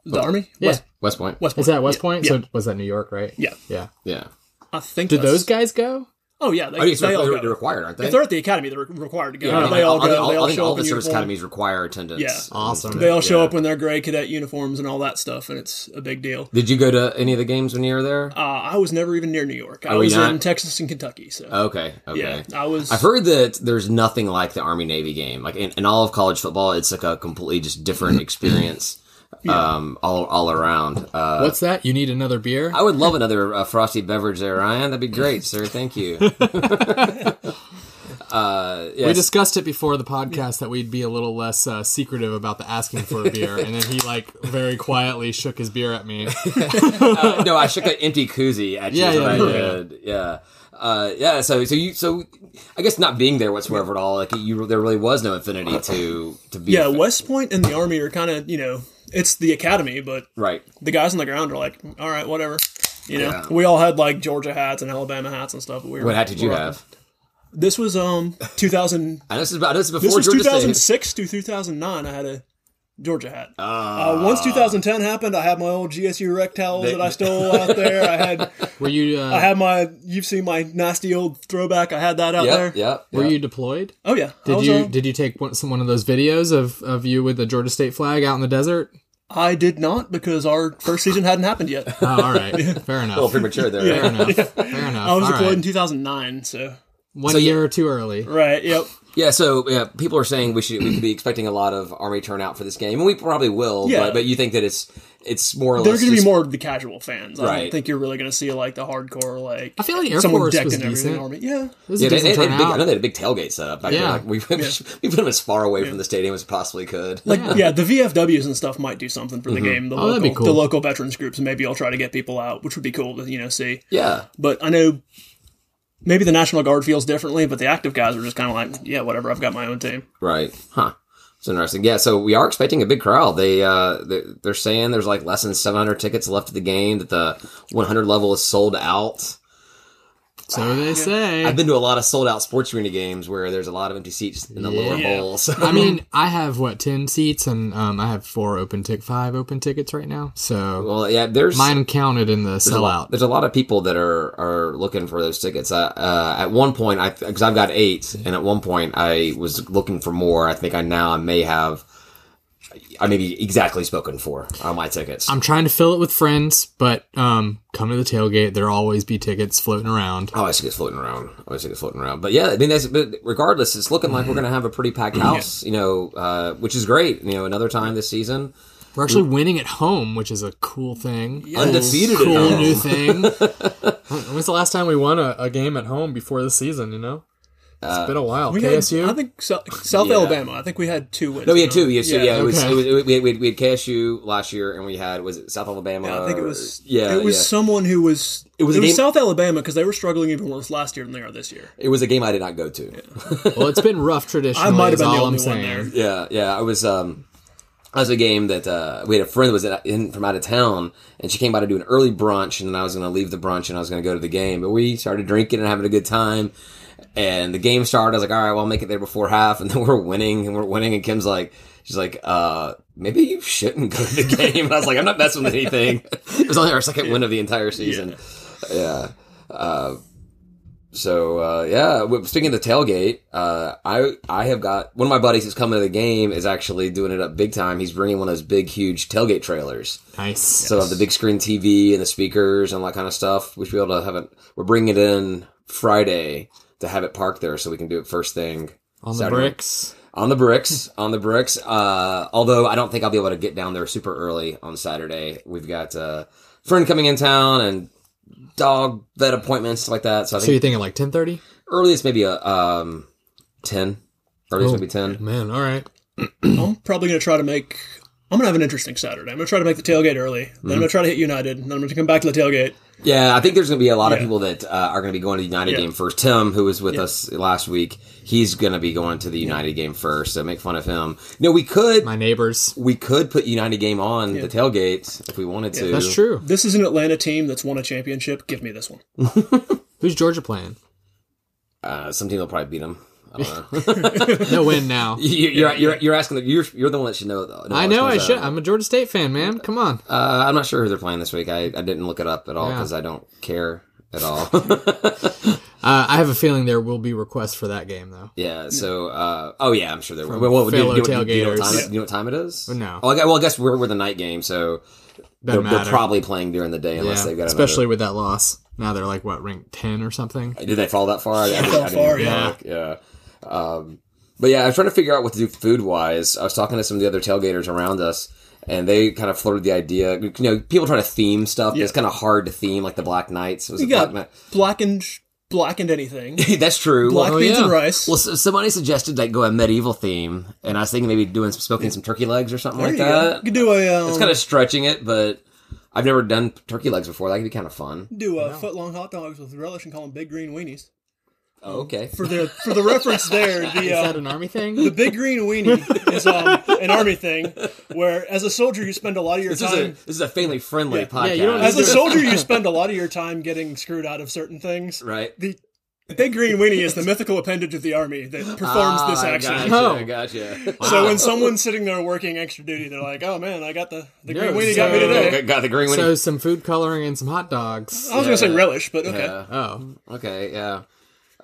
Speaker 2: The army,
Speaker 3: Yeah.
Speaker 2: West,
Speaker 1: West Point.
Speaker 2: West
Speaker 3: Is
Speaker 2: Point.
Speaker 3: that West
Speaker 2: Yeah,
Speaker 3: Point?
Speaker 2: Yeah.
Speaker 3: So was that New York, right?
Speaker 2: Yeah.
Speaker 3: Yeah.
Speaker 1: Yeah.
Speaker 2: I think.
Speaker 3: Did
Speaker 2: that's-
Speaker 3: those guys go?
Speaker 2: Oh yeah, they,
Speaker 1: Oh, yeah, so
Speaker 2: they all
Speaker 1: they're,
Speaker 2: go.
Speaker 1: they're required, aren't they?
Speaker 2: If they're at the academy, they're re- required to go.
Speaker 1: I mean,
Speaker 2: they all
Speaker 1: I
Speaker 2: go.
Speaker 1: think all,
Speaker 2: they all
Speaker 1: I think
Speaker 2: show
Speaker 1: all
Speaker 2: up
Speaker 1: the
Speaker 2: in
Speaker 1: service
Speaker 2: uniform.
Speaker 1: academies require attendance.
Speaker 2: Yeah.
Speaker 3: Awesome.
Speaker 2: They all show
Speaker 1: Yeah.
Speaker 2: up in their gray cadet uniforms and all that stuff, and it's a big deal.
Speaker 1: Did you go to any of the games when you were there?
Speaker 2: Uh, I was never even near New York. I
Speaker 1: Are we
Speaker 2: was
Speaker 1: Oh, not?
Speaker 2: in Texas and Kentucky. So
Speaker 1: okay. Okay.
Speaker 2: yeah, I was.
Speaker 1: I've heard that there's nothing like the Army Navy game. Like in, in all of college football, it's like a completely just different experience, um, all all around. Uh,
Speaker 3: What's that? You need another beer?
Speaker 1: I would love another uh, frosty beverage there, Ryan. That'd be great, sir. Thank you. uh, yes.
Speaker 3: We discussed it before the podcast that we'd be a little less uh, secretive about the asking for a beer, and then he like very quietly shook his beer at
Speaker 1: (laughs)
Speaker 3: me.
Speaker 1: no, I shook an empty koozie at you.
Speaker 3: Yeah,
Speaker 1: Yeah, yeah,
Speaker 3: yeah,
Speaker 1: I
Speaker 3: yeah.
Speaker 1: did. yeah. Uh, yeah, so so you so I guess not being there whatsoever at all, like you there really was no affinity to to be
Speaker 2: yeah, West Point and the army are kind of you know it's the academy, but
Speaker 1: right.
Speaker 2: the guys on the ground are like, all right, whatever. You know,
Speaker 1: Yeah.
Speaker 2: we all had like Georgia hats and Alabama hats and stuff. But we were,
Speaker 1: What hat did you
Speaker 2: we're-
Speaker 1: have?
Speaker 2: This was um 2000.
Speaker 1: (laughs) I know this is about this is
Speaker 2: this
Speaker 1: before
Speaker 2: was
Speaker 1: Georgia State.
Speaker 2: 2006 to 2009. I had a Georgia hat.
Speaker 1: Ah.
Speaker 2: Uh, once 2010 happened, I had my old GSU rec towels that I stole out there. I had
Speaker 3: Were you?
Speaker 2: I
Speaker 3: Uh,
Speaker 2: had my you've seen my nasty old throwback. I had that out there.
Speaker 1: Yep, yep.
Speaker 3: were
Speaker 1: yep.
Speaker 3: you deployed?
Speaker 2: Oh yeah. I,
Speaker 3: Did
Speaker 2: was,
Speaker 3: you
Speaker 2: uh,
Speaker 3: did you take one, some, one of those videos of, of you with the Georgia State flag out in the desert?
Speaker 2: I did not because our first season hadn't
Speaker 1: (laughs)
Speaker 2: happened yet.
Speaker 3: Oh, all
Speaker 2: (laughs)
Speaker 3: right, fair enough.
Speaker 1: a little premature there?
Speaker 3: fair enough. Fair enough.
Speaker 2: I was
Speaker 3: All
Speaker 2: deployed in
Speaker 3: right.
Speaker 2: 2009, so
Speaker 3: One
Speaker 1: So, yeah.
Speaker 3: year or two early.
Speaker 2: right. Yep.
Speaker 1: Yeah, so yeah, people are saying we should we could be expecting a lot of army turnout for this game, and we probably will.
Speaker 2: Yeah.
Speaker 1: But, but you think that it's it's more or
Speaker 2: They're
Speaker 1: less
Speaker 2: going to be
Speaker 1: just-
Speaker 2: more of the casual fans. I don't
Speaker 1: Right.
Speaker 2: think you're really going to see like the hardcore like.
Speaker 3: I feel like Air
Speaker 2: someone
Speaker 3: Force
Speaker 2: decked
Speaker 3: was
Speaker 2: in everything.
Speaker 3: decent.
Speaker 2: Army. Yeah.
Speaker 3: It was a
Speaker 1: Yeah, they,
Speaker 3: decent
Speaker 1: they, they had a big, I
Speaker 3: turnout.
Speaker 1: know they had a big tailgate set up. Back
Speaker 3: Yeah.
Speaker 1: there. Like, we, (laughs) we put them as far away from the stadium as possibly could.
Speaker 2: Like yeah. the VFWs and stuff might do something for the
Speaker 1: Mm-hmm.
Speaker 2: game. The
Speaker 3: Oh, that'd
Speaker 2: local
Speaker 3: be cool.
Speaker 2: the local veterans groups maybe I'll try to get people out, which would be cool to you know see.
Speaker 1: (laughs) yeah,
Speaker 2: But I know maybe the National Guard feels differently, but the active guys are just kind of like, yeah, whatever. I've got my own team.
Speaker 1: Right. Huh. It's interesting. Yeah. So we are expecting a big crowd. They uh they- they're saying there's like less than 700 tickets left of the game. That the 100 level is sold out.
Speaker 3: So they say.
Speaker 1: I've been to a lot of sold out sports arena games where there's a lot of empty seats in the lower
Speaker 2: Yeah.
Speaker 1: bowl. So
Speaker 3: I mean, I have what ten seats, and um, I have four open tick five open tickets right now. So
Speaker 1: (laughs) well, yeah. There's
Speaker 3: mine counted in the
Speaker 1: there's a lot-
Speaker 3: sellout.
Speaker 1: There's a lot of people that are are looking for those tickets. I, uh, at one point, I because I've got eight, and at one point I was looking for more. I think I now I may have. I may be exactly spoken for on my tickets.
Speaker 3: I'm trying to fill it with friends, but um, come to the tailgate. There'll always be tickets floating around.
Speaker 1: I always think it's floating around. I always think it's floating around. But yeah, I mean, that's, but regardless, it's looking like we're going to have a pretty packed house, you know, uh, which is great. You know, another time this season.
Speaker 3: We're actually winning at home, which is a cool thing.
Speaker 1: Undefeated at
Speaker 3: cool
Speaker 1: home.
Speaker 3: new thing.
Speaker 1: (laughs)
Speaker 3: When's the last time we won a, a game at home before the season? You know, it's been a
Speaker 1: Uh,
Speaker 3: while.
Speaker 2: We had,
Speaker 3: KSU.
Speaker 2: I think so, South
Speaker 1: Yeah.
Speaker 2: Alabama. I think we had two wins.
Speaker 1: No, we had two. Oh, Yeah, so, yeah, it was,
Speaker 3: okay.
Speaker 1: it was, we, had, we, had, we had KSU last year, and we had was it South Alabama?
Speaker 2: I think it
Speaker 1: or-
Speaker 2: was.
Speaker 1: Yeah,
Speaker 2: it was
Speaker 1: yeah.
Speaker 2: someone who was. It
Speaker 1: was
Speaker 2: was,
Speaker 1: a game-
Speaker 2: South Alabama because they were struggling even worse last year than they are this year.
Speaker 1: It was a game I did not go to.
Speaker 3: well, it's been rough traditionally.
Speaker 2: I might have
Speaker 3: is
Speaker 2: been the
Speaker 3: all I'm
Speaker 2: only one
Speaker 3: saying.
Speaker 1: Yeah,
Speaker 2: there.
Speaker 1: yeah. I was um, I was a game that uh, we had a friend that was in from out of town, and she came by to do an early brunch, and then I was going to leave the brunch and I was going to go to the game, but we started drinking and having a good time. And the game started. I was like, all right, well, I'll make it there before half, (laughs) and then we're winning and we're winning, and Kim's like. She's like, uh, maybe you shouldn't go to the (laughs) game. And I was like, I'm not messing with (laughs) anything. it was only our second win of the entire season. Yeah. Uh, So uh, yeah, well, speaking of the tailgate, uh, I I have got one of my buddies who's coming to the game is actually doing it up big time. He's bringing one of those big, huge tailgate trailers.
Speaker 3: Nice.
Speaker 1: So the big screen TV and the speakers and all that kind of stuff. We should be able to have it. We're bringing it in Friday to have it parked there so we can do it first thing
Speaker 3: on the
Speaker 1: Saturday.
Speaker 3: bricks.
Speaker 1: on the bricks. on the bricks. Uh, although I don't think I'll be able to get down there super early on Saturday. We've got uh, a friend coming in town and dog vet appointments stuff like that. So I
Speaker 3: So
Speaker 1: think
Speaker 3: you're thinking like ten thirty?
Speaker 1: earliest maybe a um ten. Earliest
Speaker 3: Oh.
Speaker 1: maybe ten.
Speaker 3: Man, all right.
Speaker 2: I'm probably going to try to make. I'm going to have an interesting Saturday. I'm going to try to make the tailgate early. Then I'm going to try to hit United. And then I'm going to come back to the tailgate.
Speaker 1: Yeah, I think there's going to be a lot of
Speaker 2: Yeah.
Speaker 1: people that uh, are going to be going to the United
Speaker 2: Yeah.
Speaker 1: game first. Tim, who was with
Speaker 2: Yeah.
Speaker 1: us last week, he's going to be going to the United game first. So make fun of him. No, we could
Speaker 3: My neighbors.
Speaker 1: we could put United game on the tailgate if we wanted to.
Speaker 3: That's true.
Speaker 2: This is an Atlanta team that's won a championship. Give me this one.
Speaker 3: Who's Georgia playing?
Speaker 1: Uh, some team will probably beat them. I don't know.
Speaker 3: No
Speaker 1: (laughs)
Speaker 3: win now.
Speaker 1: you, you're, you're, you're asking. The, you're you're the one that should know. though.
Speaker 3: I know I should.
Speaker 1: Uh,
Speaker 3: I'm a Georgia State fan, man. Come on.
Speaker 1: I'm not sure who they're playing this week. I, I didn't look it up at all
Speaker 3: Yeah.
Speaker 1: because I don't care at
Speaker 3: (laughs)
Speaker 1: all.
Speaker 3: Uh, I have a feeling there will be requests for that game though.
Speaker 1: Yeah. So, uh, oh yeah, I'm sure there were. Well, well, do,
Speaker 3: fellow
Speaker 1: do, do, do you know what
Speaker 3: tailgaters.
Speaker 1: time,
Speaker 3: Yeah.
Speaker 1: do you know what time it is?
Speaker 3: No.
Speaker 1: Oh, okay, well, I guess we're, we're the night game, so they're,
Speaker 3: Doesn't
Speaker 1: they're
Speaker 3: matter.
Speaker 1: probably playing during the day unless
Speaker 3: Yeah,
Speaker 1: they've got another-
Speaker 3: especially with that loss. Now they're like what ranked ten or something.
Speaker 1: Did they fall that far? I, I didn't- I
Speaker 2: fell
Speaker 1: didn't
Speaker 2: far,
Speaker 1: look.
Speaker 3: yeah.
Speaker 1: Yeah. Um, but yeah, I was trying to figure out what to do food wise. I was talking to some of the other tailgaters around us, and they kind of floated the idea. You know, people try to theme stuff. but It's kind of hard to theme, like the Black Knights. Was
Speaker 2: You
Speaker 1: it
Speaker 2: got
Speaker 1: Black
Speaker 2: blackened, blackened anything.
Speaker 1: Knight? That's true.
Speaker 2: Black
Speaker 1: well,
Speaker 2: beans
Speaker 3: Oh, yeah.
Speaker 2: and rice.
Speaker 1: well, so somebody suggested like go a medieval theme, and I was thinking maybe doing smoking some turkey legs or something
Speaker 2: There
Speaker 1: like
Speaker 2: you go.
Speaker 1: that.
Speaker 2: You could do a, um,
Speaker 1: It's kind of stretching it, but I've never done turkey legs before. That could be kind of fun.
Speaker 2: do a foot long hot dogs with relish and call them big green weenies.
Speaker 1: Oh, okay.
Speaker 2: For the for the reference there, the
Speaker 3: Is
Speaker 2: uh,
Speaker 3: that an
Speaker 1: (laughs)
Speaker 3: army
Speaker 2: the
Speaker 3: thing?
Speaker 2: big green weenie is um, an army thing where as a soldier you spend a lot of your
Speaker 1: This is a
Speaker 2: time
Speaker 1: this is a family friendly podcast.
Speaker 3: Yeah, you don't
Speaker 2: as
Speaker 1: (laughs)
Speaker 2: a
Speaker 3: do it.
Speaker 2: soldier you spend a lot of your time getting screwed out of certain things
Speaker 1: right.
Speaker 2: the big green weenie is the mythical appendage of the army that performs this
Speaker 1: Ah,
Speaker 2: action
Speaker 1: Gotcha, gotcha.
Speaker 2: so when someone's sitting there working extra duty they're like oh man i got the the green
Speaker 3: Yeah,
Speaker 2: weenie got me
Speaker 3: so-
Speaker 2: today
Speaker 1: Got- got the green one.
Speaker 3: so some food coloring and some hot dogs.
Speaker 1: Oh.
Speaker 2: i was gonna say relish but okay
Speaker 1: yeah.
Speaker 3: Oh,
Speaker 1: Okay. Yeah.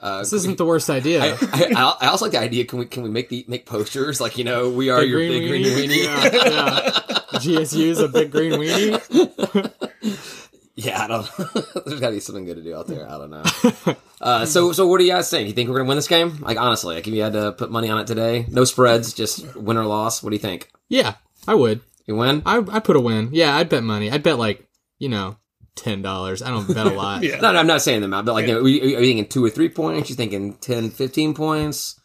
Speaker 1: Uh,
Speaker 3: this isn't the worst idea.
Speaker 1: I, I, I also like the idea. Can we can we make the make posters like you know we are
Speaker 3: Big
Speaker 1: your big green weenie?
Speaker 3: Yeah, yeah. GSU's a big green weenie.
Speaker 1: Yeah, I don't. (laughs) there's got to be something good to do out there. I don't know. uh, so so what are you guys saying? You think we're gonna win this game? Like honestly, like if you had to put money on it today, no spreads, just win or loss. What do you think?
Speaker 3: Yeah, I would.
Speaker 1: You win?
Speaker 3: I I put a win. Yeah, I'd bet money. I'd bet like you know ten dollars. I don't bet a
Speaker 1: (laughs)
Speaker 3: lot.
Speaker 2: yeah
Speaker 1: No, no, I'm not saying the amount, but like, you know, are, you, are you thinking two or three points? You thinking 10, 15 points?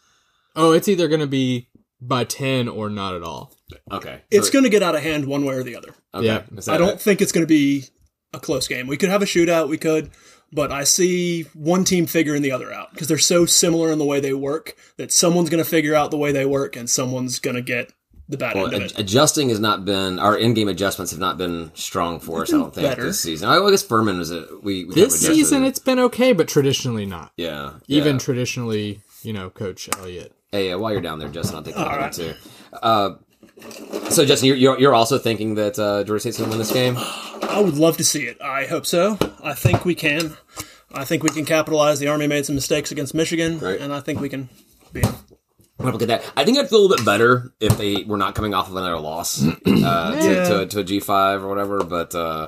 Speaker 3: Oh, it's either gonna be by ten or not at all.
Speaker 1: Okay,
Speaker 2: it's
Speaker 1: Three-
Speaker 2: gonna get out of hand one way or the other
Speaker 1: Okay.
Speaker 3: Yeah.
Speaker 1: Is that
Speaker 2: I
Speaker 1: it?
Speaker 2: don't think it's going to be a close game. We could have a shootout. We could, but I see one team figuring the other out because they're so similar in the way they work that someone's going to figure out the way they work and someone's going to get the bad end of
Speaker 1: Ad-
Speaker 2: it.
Speaker 1: adjusting has not been our in-game adjustments have not been strong for us. I don't think
Speaker 2: better.
Speaker 1: this season. I guess Furman was a we, we
Speaker 3: This
Speaker 1: adjusted.
Speaker 3: season, it's been okay, but traditionally not.
Speaker 1: yeah,
Speaker 3: Even
Speaker 1: yeah.
Speaker 3: traditionally, you know, Coach Elliott.
Speaker 1: Hey, uh, while you're down there, Justin, I'll take that one too. Uh, so, Justin, you're, you're you're also thinking that uh, Georgia State's going to win this game.
Speaker 2: I would love to see it. I hope so. I think we can. I think we can capitalize. The Army made some mistakes against Michigan,
Speaker 1: Right.
Speaker 2: and I think we can beat them.
Speaker 1: I'm gonna look at that. I think I'd feel a little bit better if they were not coming off of another loss uh, to, to,
Speaker 2: (clears throat)
Speaker 1: to a G5 or whatever. But uh,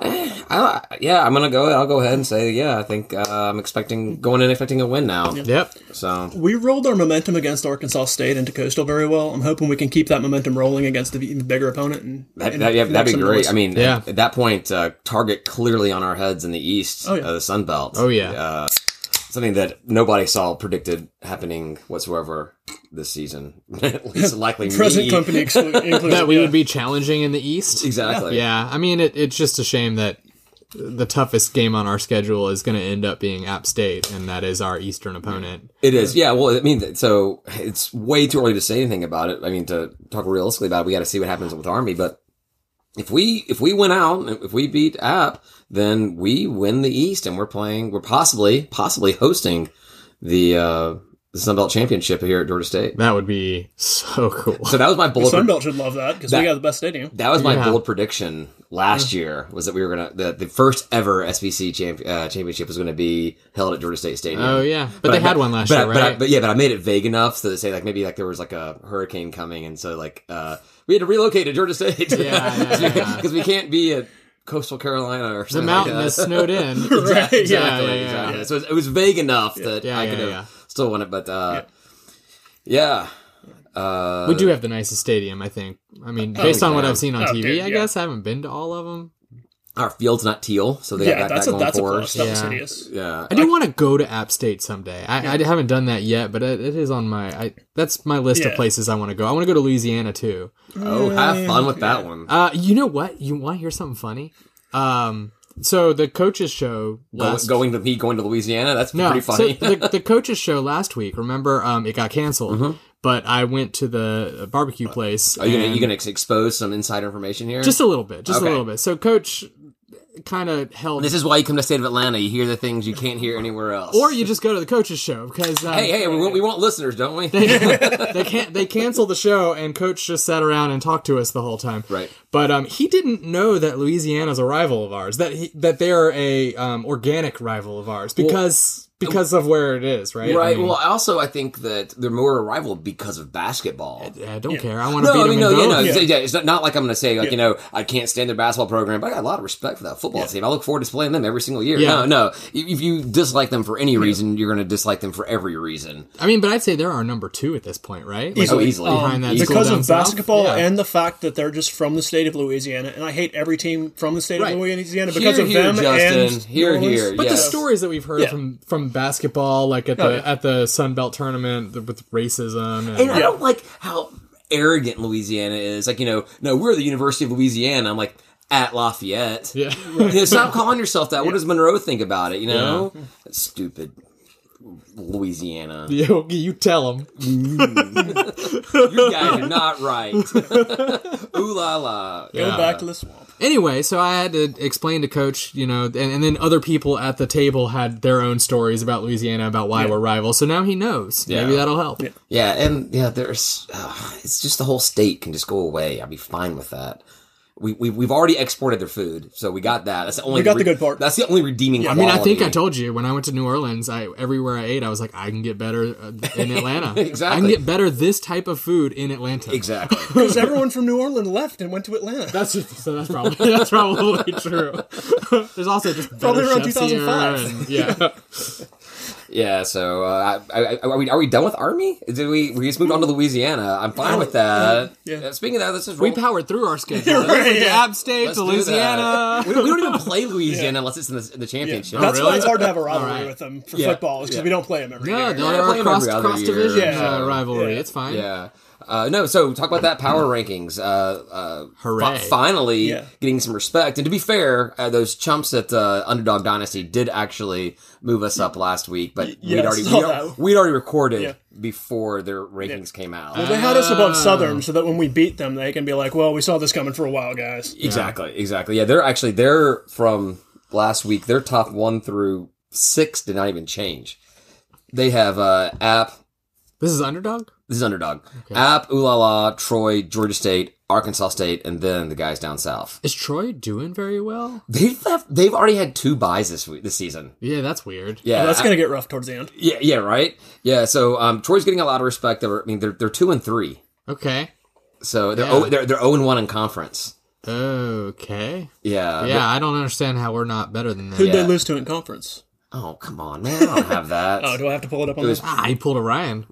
Speaker 1: eh, I, yeah, I'm gonna go. I'll go ahead and say yeah. I think uh, I'm expecting going in expecting a win now.
Speaker 3: Yep.
Speaker 1: So
Speaker 2: We rolled our momentum against Arkansas State into Coastal very well. I'm hoping we can keep that momentum rolling against the even bigger opponent. And,
Speaker 1: that,
Speaker 2: and
Speaker 1: that, yeah,
Speaker 2: make
Speaker 1: that'd be
Speaker 2: some
Speaker 1: great.
Speaker 2: noise.
Speaker 1: I mean,
Speaker 3: Yeah.
Speaker 1: at that point, uh, target clearly on our heads in the east,
Speaker 2: Oh, yeah.
Speaker 1: uh, the Sun Belt. Uh,
Speaker 3: Oh yeah.
Speaker 1: something that nobody saw predicted happening whatsoever this season. (laughs) At least
Speaker 2: (laughs)
Speaker 1: likely
Speaker 2: present
Speaker 1: me. (laughs)
Speaker 2: company exclu- included.
Speaker 3: that we
Speaker 2: yeah.
Speaker 3: would be challenging in the East.
Speaker 1: Exactly.
Speaker 3: Yeah, I mean, it, it's just a shame that the toughest game on our schedule is going to end up being App State, and that is our Eastern opponent.
Speaker 1: It is, yeah. Well, I mean, so it's way too early to say anything about it. I mean, to talk realistically about it, we got to see what happens with Army. But if we if we win out, if we beat App, then we win the East, and we're playing. We're possibly possibly hosting the uh the Sun Belt Championship here at Georgia State.
Speaker 3: That would be so cool.
Speaker 1: So that was my bold.
Speaker 2: Sun Belt should love that because we
Speaker 1: That-
Speaker 2: got the best stadium.
Speaker 1: that was my
Speaker 3: Yeah.
Speaker 1: bold prediction last year was that we were gonna the, the first ever SBC champ, uh, championship was gonna be held at Georgia State Stadium.
Speaker 3: Oh yeah, but, they
Speaker 1: I-
Speaker 3: had one last
Speaker 1: but
Speaker 3: year,
Speaker 1: I-
Speaker 3: right?
Speaker 1: But, I- but yeah, but I made it vague enough so to say like maybe like there was like a hurricane coming, and so like uh, we had to relocate to Georgia State. (laughs)
Speaker 3: yeah, yeah.
Speaker 1: because we can't be at coastal Carolina or
Speaker 3: the
Speaker 1: something like
Speaker 3: mountain
Speaker 1: that. (laughs)
Speaker 3: is snowed in.
Speaker 2: Right,
Speaker 1: (laughs) exactly,
Speaker 2: (laughs) yeah,
Speaker 1: exactly,
Speaker 3: (laughs) yeah, yeah,
Speaker 1: exactly. So it was, it was vague enough that
Speaker 3: Yeah,
Speaker 1: I
Speaker 3: yeah,
Speaker 1: could have
Speaker 3: yeah.
Speaker 1: still won it, but uh, yeah. Uh,
Speaker 3: we do have the nicest stadium, I think. I mean, based on what
Speaker 1: yeah.
Speaker 3: I've seen on
Speaker 2: Oh,
Speaker 3: TV,
Speaker 2: dude,
Speaker 3: I
Speaker 2: yeah.
Speaker 3: guess I haven't been to all of them.
Speaker 1: our field's not teal, so they
Speaker 2: Yeah,
Speaker 1: got that,
Speaker 2: that's
Speaker 1: that
Speaker 2: a
Speaker 1: going
Speaker 2: that's a
Speaker 1: for
Speaker 2: plus.
Speaker 1: us.
Speaker 2: That was
Speaker 3: Yeah.
Speaker 2: hideous.
Speaker 1: Yeah,
Speaker 3: I do want to go to App State someday. I, I haven't done that yet, but it, it is on my. I, that's my list of
Speaker 2: Yeah.
Speaker 3: places I want to go. I want to go to Louisiana too.
Speaker 1: Oh, have fun with that one.
Speaker 3: Uh, you know what? You want to hear something funny? Um, so the coaches show
Speaker 1: Go-
Speaker 3: last
Speaker 1: going to me going to Louisiana, that's pretty
Speaker 3: (laughs)
Speaker 1: funny. Mm-hmm.
Speaker 3: So the, the coaches show last week. Remember, um, it got canceled, but I went to the barbecue place.
Speaker 1: Are you gonna,
Speaker 3: and-
Speaker 1: you gonna ex- expose some insider information here?
Speaker 3: just a little bit, just
Speaker 1: Okay.
Speaker 3: a little bit. So, coach kind of held,
Speaker 1: this is why you come to state of Atlanta. You hear the things you can't hear anywhere else.
Speaker 3: or you just go to the coaches show because um,
Speaker 1: hey, hey, we, want- we want listeners, don't (laughs) we?
Speaker 3: (laughs) they can't they canceled the show, and coach just sat around and talked to us the whole time.
Speaker 1: Right.
Speaker 3: But um, he didn't know that Louisiana's a rival of ours. That he, that they are a um, organic rival of ours because because of where it is. Right. I
Speaker 1: right.
Speaker 3: mean,
Speaker 1: Well, I also I think that they're more a rival because of basketball.
Speaker 3: I don't care. I want to
Speaker 1: No, I
Speaker 3: beat
Speaker 1: mean, no,
Speaker 3: them in
Speaker 1: yeah,
Speaker 3: both.
Speaker 1: no, yeah. yeah, it's not, not like I'm going to say, like, you know, I can't stand their basketball program, but I got a lot of respect for that football team. I look forward to playing them every single year.
Speaker 3: Yeah.
Speaker 1: No, no. If if you dislike them for any reason, you're going to dislike them for every reason.
Speaker 3: I mean, but I'd say they're our number two at this point, right? Like,
Speaker 1: Easily. Oh, easily.
Speaker 3: Behind that
Speaker 1: Easily.
Speaker 3: school
Speaker 2: because
Speaker 3: down
Speaker 2: of
Speaker 3: south?
Speaker 2: basketball
Speaker 3: Yeah.
Speaker 2: and the fact that they're just from the state of Louisiana, and I hate every team from the state
Speaker 3: Right.
Speaker 2: of Louisiana because
Speaker 1: Here,
Speaker 2: of
Speaker 1: here,
Speaker 2: them
Speaker 1: Justin.
Speaker 2: and
Speaker 1: Here,
Speaker 2: New Orleans.
Speaker 1: here.
Speaker 3: But the
Speaker 1: Yes.
Speaker 3: stories that we've heard
Speaker 2: Yeah. Oh,
Speaker 3: from from basketball, like at the at the Sun Belt tournament the, with racism, and,
Speaker 1: And I don't like how arrogant Louisiana is. Like, you know, no, we're the University of Louisiana. I'm like, at Lafayette.
Speaker 3: yeah,
Speaker 1: You know, stop calling yourself that. What does Monroe think about it? You know, that's stupid. Louisiana,
Speaker 3: (laughs) you, you tell them.
Speaker 1: you guys are not right. (laughs) Ooh la la.
Speaker 2: Go
Speaker 3: Yeah.
Speaker 2: back to the swamp.
Speaker 3: Anyway, so I had to explain to coach, you know, and, and then other people at the table had their own stories about Louisiana, about why we're rivals. So now he knows.
Speaker 1: Yeah.
Speaker 3: Maybe that'll help.
Speaker 1: Yeah, and yeah, there's uh, it's just the whole state can just go away. I'd be fine with that. We, we we've already exported their food, so we got that. That's the only
Speaker 2: We got the good part.
Speaker 1: That's the only redeeming.
Speaker 3: I mean, I think
Speaker 1: quality.
Speaker 3: I told you when I went to New Orleans, I everywhere I ate, I was like, I can get better uh, in Atlanta. I can
Speaker 1: Exactly.
Speaker 3: get better this type of food in Atlanta.
Speaker 1: exactly.
Speaker 2: Because everyone from New Orleans left and went to Atlanta.
Speaker 1: (laughs)
Speaker 3: That's just, so that's probably (laughs) that's probably true. There's also just better
Speaker 2: Probably around
Speaker 3: chefs
Speaker 2: 2005.
Speaker 3: here and- yeah,
Speaker 1: yeah. So uh, I, I, are we are we done with Army? Did we we just moved on to Louisiana? I'm fine with that.
Speaker 2: yeah.
Speaker 1: Uh, Speaking of that, this is
Speaker 3: we powered through our schedule. Let's
Speaker 2: Right, yeah.
Speaker 3: App State
Speaker 1: Let's
Speaker 3: to
Speaker 1: do that.
Speaker 3: Louisiana.
Speaker 1: We, we don't even play Louisiana unless it's in the, in the
Speaker 2: That's
Speaker 1: championship.
Speaker 3: really?
Speaker 2: why it's hard to have a rivalry
Speaker 3: Alright.
Speaker 2: with them for
Speaker 1: Yeah.
Speaker 2: football, is because we don't play them every
Speaker 3: No,
Speaker 2: year.
Speaker 3: they're
Speaker 1: play
Speaker 3: our
Speaker 1: 'em
Speaker 3: cross
Speaker 1: every other
Speaker 3: cross
Speaker 1: year,
Speaker 3: division
Speaker 2: so-
Speaker 3: uh, rivalry.
Speaker 2: yeah.
Speaker 3: It's fine.
Speaker 1: Yeah. Uh, no, so talk about that power rankings. Uh, uh,
Speaker 3: Hooray.
Speaker 1: fi- finally,
Speaker 2: Yeah.
Speaker 1: getting some respect. And to be fair, uh, those chumps at uh, Underdog Dynasty did actually move us up last week, but
Speaker 2: yeah,
Speaker 1: we'd
Speaker 2: I
Speaker 1: already
Speaker 2: saw
Speaker 1: we'd, al-
Speaker 2: that.
Speaker 1: we'd already recorded
Speaker 2: Yeah.
Speaker 1: before their rankings came out.
Speaker 2: Well, they had us above Southern so that when we beat them, they can be like, well, we saw this coming for a while, guys.
Speaker 1: Exactly, exactly. Yeah, they're actually they're from last week. Their top one through six did not even change. They have uh, App.
Speaker 3: This is underdog.
Speaker 1: This is Underdog. App, Ooh La La, Troy, Georgia State, Arkansas State, and then the guys down south.
Speaker 3: Is Troy doing very well?
Speaker 1: They've left, they've already had two buys this week, this season.
Speaker 3: Yeah, that's weird.
Speaker 1: Yeah,
Speaker 2: Well, Oh, that's
Speaker 1: I-
Speaker 2: going to get rough towards the end.
Speaker 1: yeah, yeah, right. Yeah, so um, Troy's getting a lot of respect. They were, I mean, they're they're two and three,
Speaker 3: Okay.
Speaker 1: so they're
Speaker 3: Yeah.
Speaker 1: oh, they're they're zero and one in conference.
Speaker 3: Okay.
Speaker 1: Yeah,
Speaker 3: Yeah, I don't understand how we're not better than that.
Speaker 2: Who'd
Speaker 1: Yeah.
Speaker 2: they lose to in conference?
Speaker 1: but- oh come on, man, I don't have that.
Speaker 2: (laughs) Oh, do I have to pull it up on
Speaker 1: was-
Speaker 2: this?
Speaker 3: Ah, he pulled a Ryan.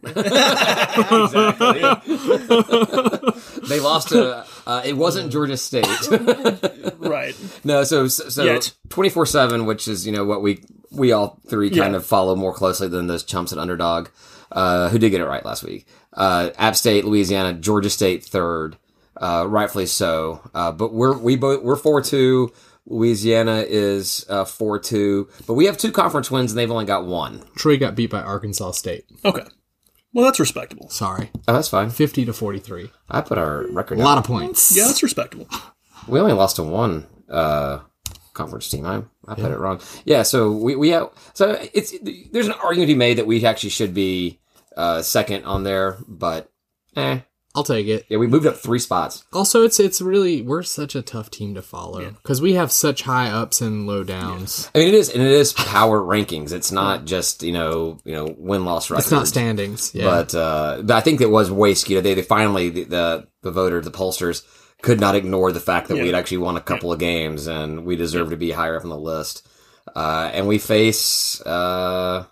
Speaker 1: they lost to uh, it wasn't Georgia State.
Speaker 2: (laughs)
Speaker 1: (laughs)
Speaker 2: Right.
Speaker 1: no, so so
Speaker 2: Yet.
Speaker 1: twenty four seven, which is you know what we we all three kind
Speaker 2: Yeah.
Speaker 1: of follow more closely than those chumps at Underdog, uh, who did get it right last week. Uh, App State, Louisiana, Georgia State third, uh, rightfully so. Uh, but we're we both we're four two. Louisiana is uh, four two, but we have two conference wins and they've only got one.
Speaker 3: Troy got beat by Arkansas State.
Speaker 2: Okay. Well, that's respectable.
Speaker 3: Sorry,
Speaker 1: Oh, that's fine.
Speaker 3: fifty to forty-three.
Speaker 1: I put our record.
Speaker 3: A
Speaker 1: up.
Speaker 3: lot of points.
Speaker 2: Yeah, that's respectable.
Speaker 1: We only lost to one uh, conference team. I I put it wrong. Yeah, so we we have, so it's there's an argument to be made that we actually should be uh, second on there, but eh.
Speaker 3: I'll take it.
Speaker 1: Yeah, we moved up three spots.
Speaker 3: Also, it's it's really we're such a tough team to follow because we have such high ups and low downs.
Speaker 1: I mean, it is and it is power rankings. It's not just you know you know win loss record.
Speaker 3: It's not standings. Yeah,
Speaker 1: But uh, but I think it was way skewed. They, they finally the, the the voters, the pollsters, could not ignore the fact that
Speaker 2: Yeah.
Speaker 1: we had actually won a couple of games and we deserve to be higher up on the list. Uh, and we face uh,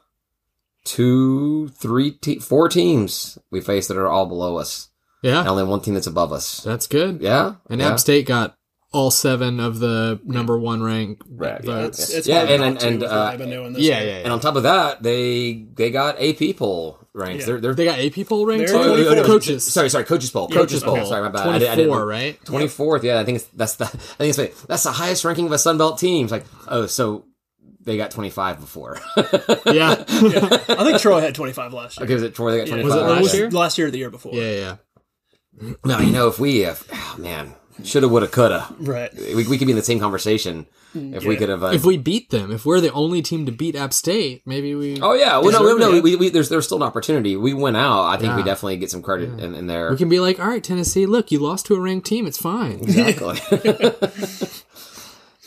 Speaker 1: two, three, te- four teams we face that are all below us,
Speaker 3: yeah,
Speaker 1: and only one team that's above us.
Speaker 3: that's good.
Speaker 1: Yeah,
Speaker 3: And
Speaker 1: yeah.
Speaker 3: App State got all seven of the number one rank
Speaker 1: Right, yeah,
Speaker 3: votes.
Speaker 2: It's, it's
Speaker 1: Yeah,
Speaker 2: probably
Speaker 1: and-
Speaker 2: not too
Speaker 1: and,
Speaker 2: with
Speaker 1: uh,
Speaker 2: what they've been doing this
Speaker 3: yeah,
Speaker 2: year.
Speaker 3: yeah, yeah.
Speaker 1: And on top of that, they they got a people ranks.
Speaker 2: Yeah.
Speaker 1: They're Oh, they're
Speaker 3: They got eight people ranked.
Speaker 2: They're
Speaker 3: too?
Speaker 2: 24.
Speaker 3: coaches.
Speaker 1: Sorry, sorry, coaches poll. Coaches poll.
Speaker 3: Okay.
Speaker 1: Sorry, my bad. I did- I didn't- (laughs)
Speaker 3: Twenty-four, right?
Speaker 1: Twenty fourth, yeah, I think it's, that's the I think it's like, that's the highest ranking of a Sunbelt team. It's like, oh, so they got twenty five before. (laughs) okay,
Speaker 3: Yeah, yeah,
Speaker 2: I think Troy had 25 last year.
Speaker 1: was it Troy? They got
Speaker 2: Yeah.
Speaker 1: twenty
Speaker 3: Was it
Speaker 1: five
Speaker 3: last year?
Speaker 2: Last year or the year
Speaker 1: (laughs)
Speaker 2: before.
Speaker 3: yeah.
Speaker 1: No, you know, if we, if oh, man, shoulda, woulda, coulda,
Speaker 2: Right.
Speaker 1: we, we could be in the same conversation if we
Speaker 2: yeah.
Speaker 1: could have. Uh,
Speaker 3: If we beat them, if we're the only team to beat App State, maybe we
Speaker 1: oh yeah, well, no,
Speaker 3: Deserve
Speaker 1: no,
Speaker 3: it.
Speaker 1: we, we, we, there's there's still an opportunity. We went out. I think we
Speaker 3: Yeah.
Speaker 1: definitely get some credit in, in there.
Speaker 3: we can be like, all right, Tennessee, look, you lost to a ranked team. It's fine.
Speaker 1: Exactly.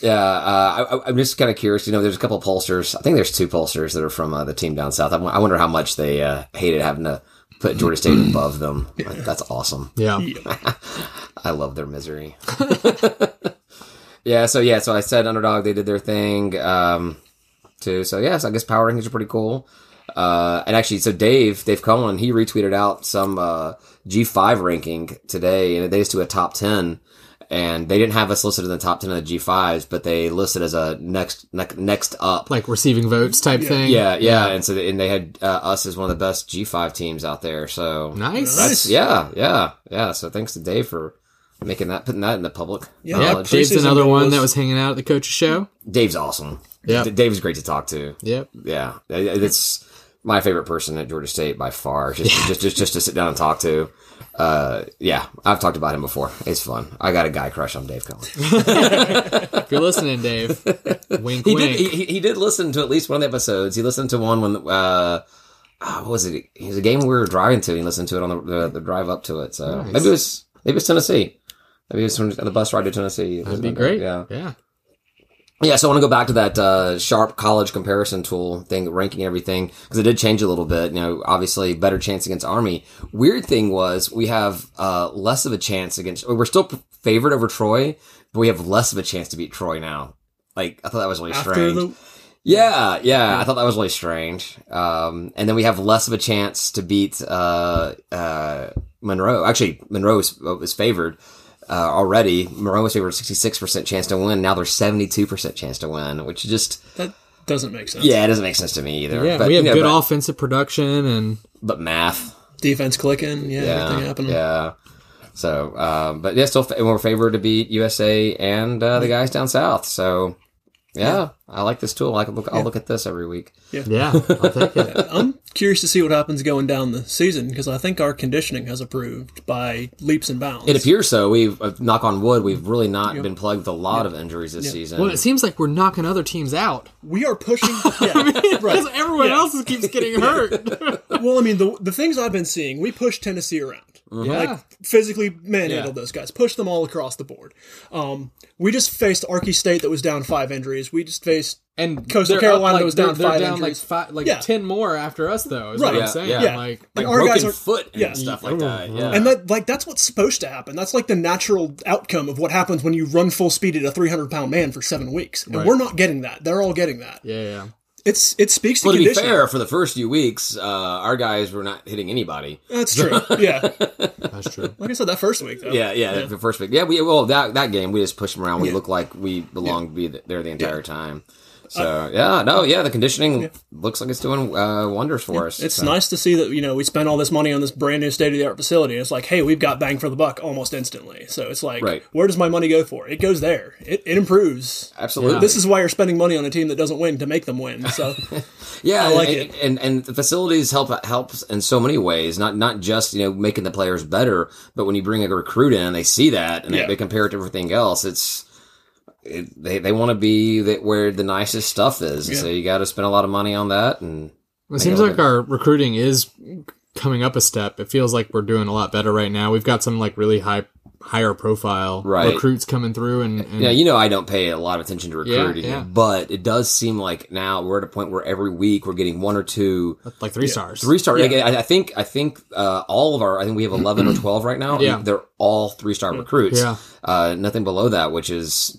Speaker 1: yeah, uh, I- I, I'm just kind of curious. You know, there's a couple of pollsters. I think there's two pollsters that are from uh, the team down south. I wo- I wonder how much they uh, hated having to put Georgia State above them. Like, That's awesome.
Speaker 3: Yeah.
Speaker 1: I love their misery. (laughs) yeah. So yeah. So I said underdog. They did their thing um, too. So yes, I guess power rankings are pretty cool. Uh, and actually, so Dave, Dave Cohen, he retweeted out some uh, G5 ranking today, and it dates to a top ten. And they didn't have us listed in the top ten of the G5s, but they listed as a next ne- next up.
Speaker 3: Like receiving votes type thing.
Speaker 1: Yeah, yeah. And so they, and they had uh, us as one of the best G5 teams out there. So
Speaker 3: Nice.
Speaker 2: Nice.
Speaker 1: yeah, yeah, yeah. So thanks to Dave for making that, putting that in the public.
Speaker 2: Yeah.
Speaker 3: Yeah,
Speaker 1: knowledge.
Speaker 3: Dave's
Speaker 2: preseason
Speaker 3: another
Speaker 2: goal
Speaker 3: one
Speaker 2: was-
Speaker 3: that was hanging out at the coach's show.
Speaker 1: Dave's awesome.
Speaker 3: Yeah.
Speaker 1: D- Dave's great to talk to.
Speaker 3: Yep.
Speaker 1: Yeah, it's my favorite person at Georgia State by far. Just, just, just, just to sit down and talk to. Uh, yeah, I've talked about him before. It's fun. I got a guy crush on Dave Cohen.
Speaker 3: If you're
Speaker 1: (laughs)
Speaker 3: listening, Dave, wink,
Speaker 1: He
Speaker 3: wink.
Speaker 1: did. He, he did listen to at least one of the episodes. He listened to one when. Uh, ah, what was it? It was a game we were driving to. And he listened to it on the, the, the drive up to it. So maybe it was maybe it was Tennessee. Maybe it was from the bus ride to Tennessee.
Speaker 3: That'd be great.
Speaker 1: Yeah.
Speaker 3: Yeah. yeah.
Speaker 1: Yeah, so I want to go back to that uh, sharp college comparison tool thing, ranking everything, because it did change a little bit. You know, obviously, better chance against Army. Weird thing was we have uh, less of a chance against. We're still favored over Troy, but we have less of a chance to beat Troy now. Like I thought that was really
Speaker 2: After
Speaker 1: strange.
Speaker 2: the
Speaker 1: Yeah, yeah, I thought that was really strange. Um, and then we have less of a chance to beat uh, uh, Monroe. Actually, Monroe is, is favored uh, already. Monroe was favored sixty six percent chance to win. Now they're seventy two percent chance to win, which just
Speaker 2: that doesn't make sense.
Speaker 1: yeah, it doesn't make sense to me either. but,
Speaker 3: we have
Speaker 1: you know,
Speaker 3: good
Speaker 1: but,
Speaker 3: offensive production and
Speaker 1: but math.
Speaker 2: Defense clicking. Yeah. everything
Speaker 1: Yeah,
Speaker 2: happening.
Speaker 1: yeah. So, um, but yeah, still fa- we're favored to beat USA and uh, the guys down south. So, yeah, I like this tool. I can look, I'll look at this every week.
Speaker 3: yeah, I'll
Speaker 1: (laughs)
Speaker 3: take it.
Speaker 2: I'm curious to see what happens going down the season because I think our conditioning has improved by leaps and bounds.
Speaker 1: It appears so. We've uh, knock on wood. We've really not been plagued with a lot of injuries this season.
Speaker 3: Well, it seems like we're knocking other teams out
Speaker 2: we are pushing. Yeah,
Speaker 3: because
Speaker 2: right.
Speaker 3: everyone
Speaker 2: Yeah.
Speaker 3: else keeps getting
Speaker 2: (laughs)
Speaker 3: hurt.
Speaker 2: Well, I mean, the, the things I've been seeing, we push Tennessee around.
Speaker 3: Yeah.
Speaker 2: physically manhandled those guys, pushed them all across the board. Um, we just faced Arky State that was down five injuries. We just faced
Speaker 3: And
Speaker 2: Coastal
Speaker 3: they're up,
Speaker 2: Carolina
Speaker 3: like,
Speaker 2: was
Speaker 3: they're-
Speaker 2: down
Speaker 3: they're
Speaker 2: five
Speaker 3: down
Speaker 2: injuries.
Speaker 3: like five, like
Speaker 2: Yeah.
Speaker 3: ten more after us, though. Is
Speaker 2: Right.
Speaker 3: what
Speaker 2: Yeah,
Speaker 3: I'm saying.
Speaker 1: yeah.
Speaker 3: Like,
Speaker 1: like
Speaker 2: and our
Speaker 1: broken
Speaker 2: guys are-
Speaker 1: foot and
Speaker 2: yeah.
Speaker 1: stuff like that. Yeah.
Speaker 2: and that like that's what's supposed to happen. That's like the natural outcome of what happens when you run full speed at a 300 pound man for seven weeks. And we're not getting that. They're all getting that.
Speaker 3: yeah, yeah.
Speaker 2: It's it speaks to
Speaker 1: well, to be
Speaker 2: conditioning.
Speaker 1: fair, for the first few weeks, uh, our guys were not hitting anybody.
Speaker 2: That's true.
Speaker 1: (laughs)
Speaker 2: Yeah,
Speaker 3: That's true.
Speaker 2: like I said, that first week though.
Speaker 1: Yeah, yeah, the first week. Yeah, we well that that game we just pushed them around. We looked like we belonged to be th- there the entire time. So
Speaker 2: Uh,
Speaker 1: yeah, no, yeah, the conditioning looks like it's doing uh, wonders for us.
Speaker 2: It's
Speaker 1: So-
Speaker 2: nice to see that you know we spent all this money on this brand new state of the art facility. And it's like, hey, we've got bang for the buck almost instantly. So it's like,
Speaker 1: Right.
Speaker 2: where does my money go for? It goes there. It, it improves.
Speaker 1: absolutely.
Speaker 2: This is why you're spending money on a team that doesn't win to make them win.
Speaker 1: (laughs)
Speaker 2: So
Speaker 1: Yeah,
Speaker 2: I like
Speaker 1: and,
Speaker 2: it.
Speaker 1: And, and the facilities help helps in so many ways. Not not just you know making the players better, but when you bring a recruit in, they see that and
Speaker 2: Yeah.
Speaker 1: they, they compare it to everything else. It's it, they they want to be that where the nicest stuff is. So you got to spend a lot of money on that. And
Speaker 3: It seems like our recruiting is coming up a step. It feels like we're doing a lot better right now. We've got some like really high higher profile
Speaker 1: Right.
Speaker 3: recruits coming through and, and
Speaker 1: Yeah, you know I don't pay a lot of attention to
Speaker 3: Yeah,
Speaker 1: recruiting,
Speaker 3: yeah.
Speaker 1: but it does seem like now we're at a point where every week we're getting one or two
Speaker 3: like three stars.
Speaker 1: three star. like, I, I think I think uh, all of our I think we have eleven or twelve right now. and
Speaker 3: Yeah. Mm.
Speaker 1: they're all three star recruits.
Speaker 3: Yeah.
Speaker 1: Uh, nothing below that, which is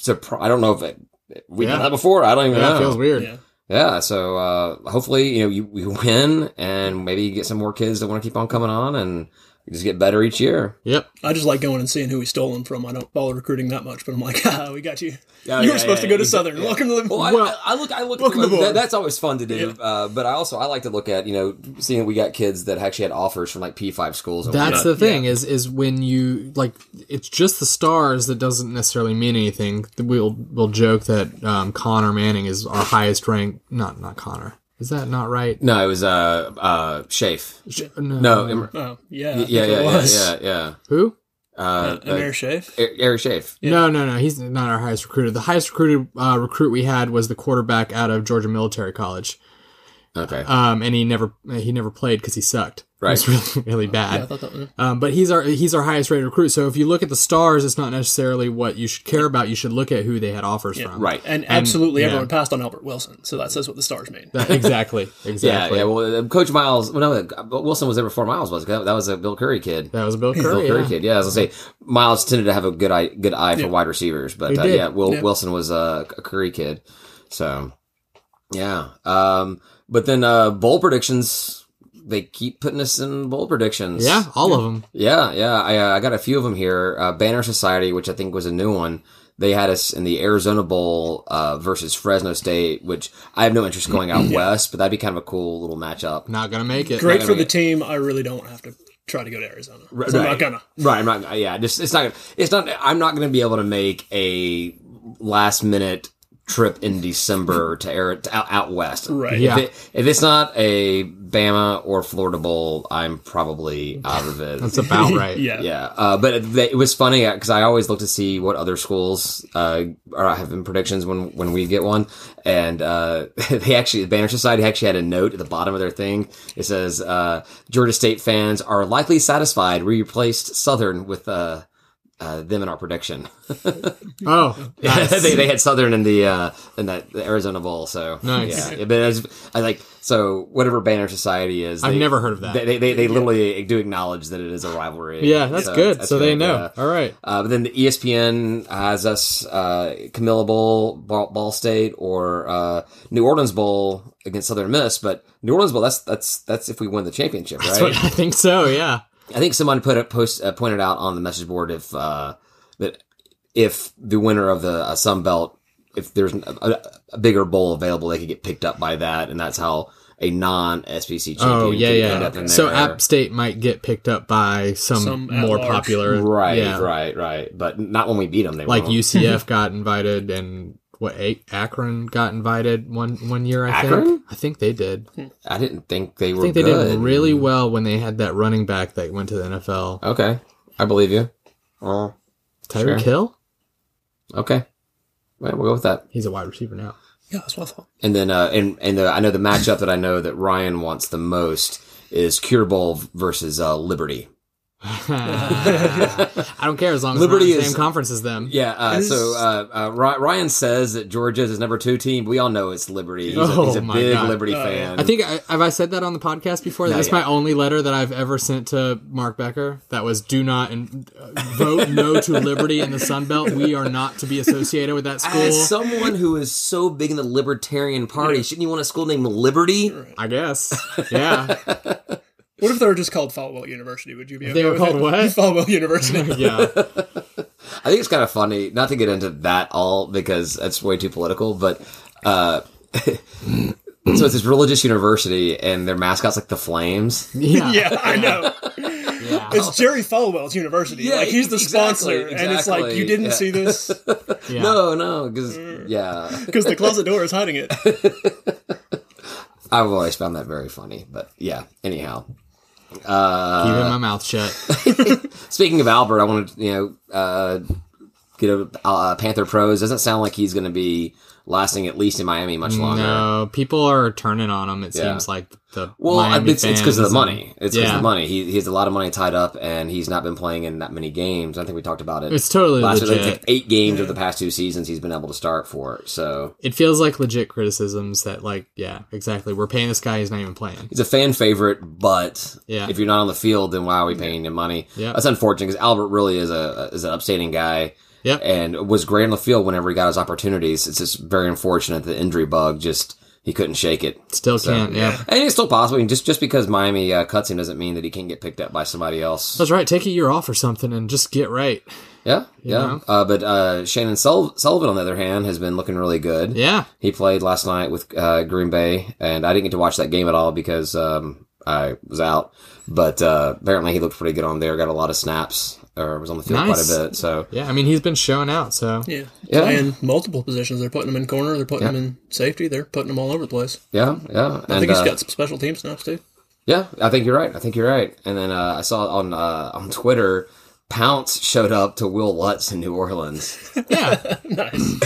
Speaker 1: surpri- I don't know if it, we've done
Speaker 3: Yeah.
Speaker 1: that before. I don't even
Speaker 3: Yeah,
Speaker 1: know.
Speaker 3: it feels weird.
Speaker 2: Yeah.
Speaker 1: Yeah, so uh, hopefully you know you, you win and maybe you get some more kids that want to keep on coming on and just get better each year.
Speaker 3: Yep.
Speaker 2: I just like going and seeing who he's stolen from. I don't follow recruiting that much, but I'm like, (laughs) ah, we got you.
Speaker 1: Yeah, Oh,
Speaker 2: you
Speaker 1: yeah,
Speaker 2: were supposed
Speaker 1: yeah,
Speaker 2: to go to
Speaker 1: yeah.
Speaker 2: Southern. Welcome to the.
Speaker 1: Well, I-
Speaker 3: Well,
Speaker 1: I, I look. I look.
Speaker 2: welcome aboard.
Speaker 1: that- that's always fun to do. Uh, but I also I like to look at you know seeing we got kids that actually had offers from like P five schools. And
Speaker 3: That's
Speaker 1: whatnot.
Speaker 3: the thing is is when you like it's just the stars that doesn't necessarily mean anything. We'll we'll joke that um, Connor Manning is our highest ranked. Not not Connor. Is that not right?
Speaker 1: no, it was uh uh Shafe.
Speaker 3: No.
Speaker 1: No, Em-
Speaker 2: (laughs) oh, yeah. I think
Speaker 1: yeah, yeah,
Speaker 2: it
Speaker 1: yeah,
Speaker 2: was.
Speaker 1: yeah, yeah.
Speaker 3: Who?
Speaker 1: Uh,
Speaker 2: Amir
Speaker 1: uh,
Speaker 2: Shaif.
Speaker 1: Er- Eric Shafe.
Speaker 3: No, no, no. He's not our highest recruited. The highest recruited uh, recruit we had was the quarterback out of Georgia Military College,
Speaker 1: Okay,
Speaker 3: um, and he never he never played because he sucked. It was (laughs) really really bad.
Speaker 2: I thought that was.
Speaker 3: Um, but he's our he's our highest rated recruit. So if you look at the stars, it's not necessarily what you should care about. You should look at who they had offers
Speaker 2: Uh,
Speaker 3: from.
Speaker 1: right.
Speaker 2: And absolutely
Speaker 3: yeah.
Speaker 2: everyone passed on Albert Wilson, so that says what the stars mean.
Speaker 3: That- exactly.
Speaker 1: (laughs) Yeah,
Speaker 3: Exactly.
Speaker 1: yeah. Well, uh, Coach Miles. Well, no, uh, Wilson was there before Miles was. That that was a Bill Curry kid.
Speaker 3: That was Bill Curry.
Speaker 1: Bill Curry
Speaker 3: yeah.
Speaker 1: kid. Yeah, as I was gonna say, Miles tended to have a good eye, good eye for wide receivers, but
Speaker 3: He
Speaker 1: uh,
Speaker 3: did.
Speaker 1: yeah, Will
Speaker 2: Yeah.
Speaker 1: Wilson was a, a Curry kid. So yeah, um, but then uh, bowl predictions. They keep putting us in bowl predictions.
Speaker 3: Yeah, all of them.
Speaker 1: yeah, yeah. I, uh, I got a few of them here. Uh, Banner Society, which I think was a new one. They had us in the Arizona Bowl uh, versus Fresno State, which I have no interest going out west, but that'd be kind of a cool little matchup.
Speaker 3: Not gonna make it.
Speaker 2: Great for
Speaker 1: gonna
Speaker 2: the
Speaker 1: get-
Speaker 2: team. I really don't want to have to try to go to Arizona. So I'm
Speaker 1: right. (laughs)
Speaker 2: not gonna.
Speaker 1: Right, I'm not. uh, Yeah, just it's not. It's not. I'm not going to be able to make a last minute trip in December to air to out, out west.
Speaker 2: Right.
Speaker 3: Yeah.
Speaker 1: If, it, if it's not a Bama or Florida Bowl, I'm probably out of it.
Speaker 3: That's
Speaker 2: (laughs)
Speaker 3: about right.
Speaker 2: Yeah.
Speaker 1: yeah, uh, but it, it was funny because I always look to see what other schools uh, are having predictions when when we get one, and uh, (laughs) they actually the Banner Society actually had a note at the bottom of their thing. It says uh, Georgia State fans are likely satisfied. We replaced Southern with uh, uh, them in our prediction. (laughs)
Speaker 3: Oh, nice.
Speaker 1: they, they had Southern in the uh, in that the Arizona Bowl. So
Speaker 3: Nice.
Speaker 1: yeah. Yeah, But as, I like so whatever Banner Society is,
Speaker 3: I've
Speaker 1: they-
Speaker 3: never heard of that.
Speaker 1: They, they, they, they literally do acknowledge that it is a rivalry.
Speaker 3: yeah, that's good. so they
Speaker 1: good,
Speaker 3: know.
Speaker 1: yeah.
Speaker 3: All right.
Speaker 1: Uh, but then the ESPN has us uh, Camilla Bowl, Ball, Ball State, or uh, New Orleans Bowl against Southern Miss. But New Orleans Bowl, that's that's that's if we win the championship, right?
Speaker 3: So (laughs) I think so. Yeah.
Speaker 1: I think someone put a post uh, pointed out on the message board if uh, that if the winner of the uh, Sun Belt, if there's a, a, a bigger bowl available, they could get picked up by that, and that's how a non SBC champion
Speaker 3: Oh yeah,
Speaker 1: could end
Speaker 3: yeah.
Speaker 1: up in
Speaker 3: So
Speaker 1: there.
Speaker 3: App State might get picked up by some,
Speaker 2: Some at
Speaker 3: more
Speaker 2: large.
Speaker 3: popular,
Speaker 1: right,
Speaker 3: yeah.
Speaker 1: right, right, but not when we beat them. They (laughs)
Speaker 3: Like
Speaker 1: won't.
Speaker 3: UCF got invited, and what A- Akron got invited one one year. I
Speaker 1: Akron?
Speaker 3: think. I think they did.
Speaker 1: I didn't think they were.
Speaker 3: I think they
Speaker 1: good.
Speaker 3: did really well when they had that running back that went to the NFL.
Speaker 1: Okay, I believe you. Oh,
Speaker 3: Tyreek
Speaker 1: sure.
Speaker 3: Hill.
Speaker 1: okay. Well, we'll go with that.
Speaker 3: He's a wide receiver
Speaker 1: (laughs)
Speaker 3: now.
Speaker 2: Yeah, that's what I thought.
Speaker 1: And then, uh, and and the, I know the matchup that I know that Ryan wants the most is Cure Bowl versus uh, Liberty.
Speaker 3: I don't care as long as
Speaker 1: Liberty
Speaker 3: Liberty is the
Speaker 1: is-
Speaker 3: same conference as them.
Speaker 1: Yeah. Uh,
Speaker 2: Is-
Speaker 1: so uh, uh, Ry- Ryan says that Georgia's his number two team. We all know it's Liberty. He's a,
Speaker 3: Oh,
Speaker 1: he's a
Speaker 3: my
Speaker 1: big
Speaker 3: God.
Speaker 1: Liberty
Speaker 2: Oh,
Speaker 1: fan.
Speaker 3: I think I, have I said that on the podcast before. That's
Speaker 1: yeah.
Speaker 3: my only letter that I've ever sent to Mark Becker. That was do not and vote no to Liberty in the Sun Belt. We are not to be associated with that school.
Speaker 1: As someone who is so big in the Libertarian Party, shouldn't you want a school named Liberty?
Speaker 3: I guess. Yeah.
Speaker 2: What if they were just called Falwell University? Would you be? Okay
Speaker 3: they were
Speaker 2: with
Speaker 3: called
Speaker 2: it?
Speaker 3: what?
Speaker 2: (laughs) Falwell
Speaker 1: (laughs)
Speaker 2: University.
Speaker 3: Yeah.
Speaker 1: I think it's kind of funny not to get into that all because that's way too political, but uh, (laughs) so it's this religious university and their mascot's like the flames.
Speaker 3: Yeah.
Speaker 2: (laughs) yeah, I
Speaker 1: (laughs)
Speaker 2: know.
Speaker 3: Yeah.
Speaker 2: It's Jerry Falwell's University.
Speaker 1: Yeah,
Speaker 2: like he's the
Speaker 1: exactly,
Speaker 2: sponsor, and it's like
Speaker 1: exactly.
Speaker 2: you didn't
Speaker 1: Yeah.
Speaker 2: see this
Speaker 1: (laughs)
Speaker 3: Yeah.
Speaker 1: No, no, because yeah,
Speaker 2: because the closet door is hiding it.
Speaker 1: I've always found that very funny, but yeah. Anyhow,
Speaker 3: Keeping my mouth shut.
Speaker 1: (laughs) speaking of Albert, I wanted you know uh, you know, uh, Panther pros. Doesn't sound like he's going to be lasting at least in Miami much longer.
Speaker 3: No, people are turning on him. It
Speaker 1: Yeah.
Speaker 3: seems like the
Speaker 1: Well,
Speaker 3: Miami
Speaker 1: it's it's because of
Speaker 3: fans
Speaker 1: the
Speaker 3: and-
Speaker 1: money. It's because
Speaker 3: yeah,
Speaker 1: of the money. He, he has a lot of money tied up, and he's not been playing in that many games. I think we talked about it
Speaker 3: it's totally
Speaker 1: last year.
Speaker 3: legit.
Speaker 1: It's like eight games of the past two seasons he's been able to start for. it. So
Speaker 3: it feels like legit criticisms that, like, yeah, exactly. We're paying this guy; he's not even playing.
Speaker 1: he's a fan favorite, but
Speaker 3: Yeah.
Speaker 1: if you're not on the field, then why are we paying him money?
Speaker 3: Yeah.
Speaker 1: That's unfortunate because Albert really is a is an upstanding guy.
Speaker 3: Yep.
Speaker 1: and was great on the field whenever he got his opportunities. It's just very unfortunate the injury bug just he couldn't shake it.
Speaker 3: Still can't. yeah.
Speaker 1: And it's still possible. I mean, just just because Miami uh, cuts him doesn't mean that he can't get picked up by somebody else.
Speaker 3: That's right. Take a year off or something and just get right.
Speaker 1: Yeah, yeah.
Speaker 3: know?
Speaker 1: Uh, but uh, Shannon Sul- Sullivan, on the other hand, has been looking really good.
Speaker 3: Yeah.
Speaker 1: He played last night with uh, Green Bay, and I didn't get to watch that game at all because um, I was out. But uh, apparently, he looked pretty good on there. Got a lot of snaps, or was on the field
Speaker 3: Nice.
Speaker 1: quite a bit. So
Speaker 3: Yeah. I mean, he's been showing out. So
Speaker 2: Yeah.
Speaker 1: Yeah.
Speaker 2: Playing multiple positions. They're putting him in corner. They're putting him in safety. They're putting him all over the place.
Speaker 1: yeah, yeah.
Speaker 2: I
Speaker 1: And,
Speaker 2: think he's
Speaker 1: uh,
Speaker 2: got some special team snaps too. (laughs)
Speaker 1: Yeah, I think you're right. I think you're right. And then uh, I saw on uh, on Twitter, Pounce showed up to Will Lutz in New Orleans.
Speaker 3: yeah,
Speaker 2: Nice.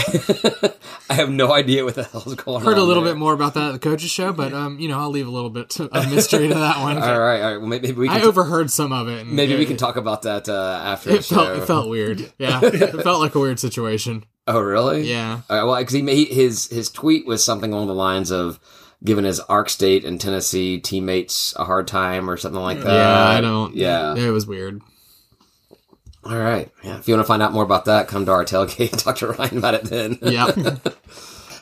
Speaker 1: I have no idea what the hell's going on. (laughs)
Speaker 3: heard a little
Speaker 1: there.
Speaker 3: bit more about that at the coaches show, but um, you know, I'll leave a little
Speaker 1: (laughs)
Speaker 3: bit of mystery to that one.
Speaker 1: All right, all right. Well, maybe we
Speaker 3: I
Speaker 1: can
Speaker 3: overheard some of it. and
Speaker 1: maybe we
Speaker 3: it-
Speaker 1: can talk about that uh, after the
Speaker 3: It
Speaker 1: show.
Speaker 3: felt it felt weird.
Speaker 1: (laughs)
Speaker 3: Yeah, it felt like a weird situation.
Speaker 1: oh, really?
Speaker 3: Yeah.
Speaker 1: All right, well, because he made his his tweet was something along the lines of giving his Arc State and Tennessee teammates a hard time or something like that.
Speaker 3: yeah, I don't.
Speaker 1: Uh, Yeah.
Speaker 3: it was
Speaker 1: (laughs)
Speaker 3: weird.
Speaker 1: All right. Yeah. If you want to find out more about that, come to our tailgate and (laughs) talk to Ryan about it then.
Speaker 3: Yeah,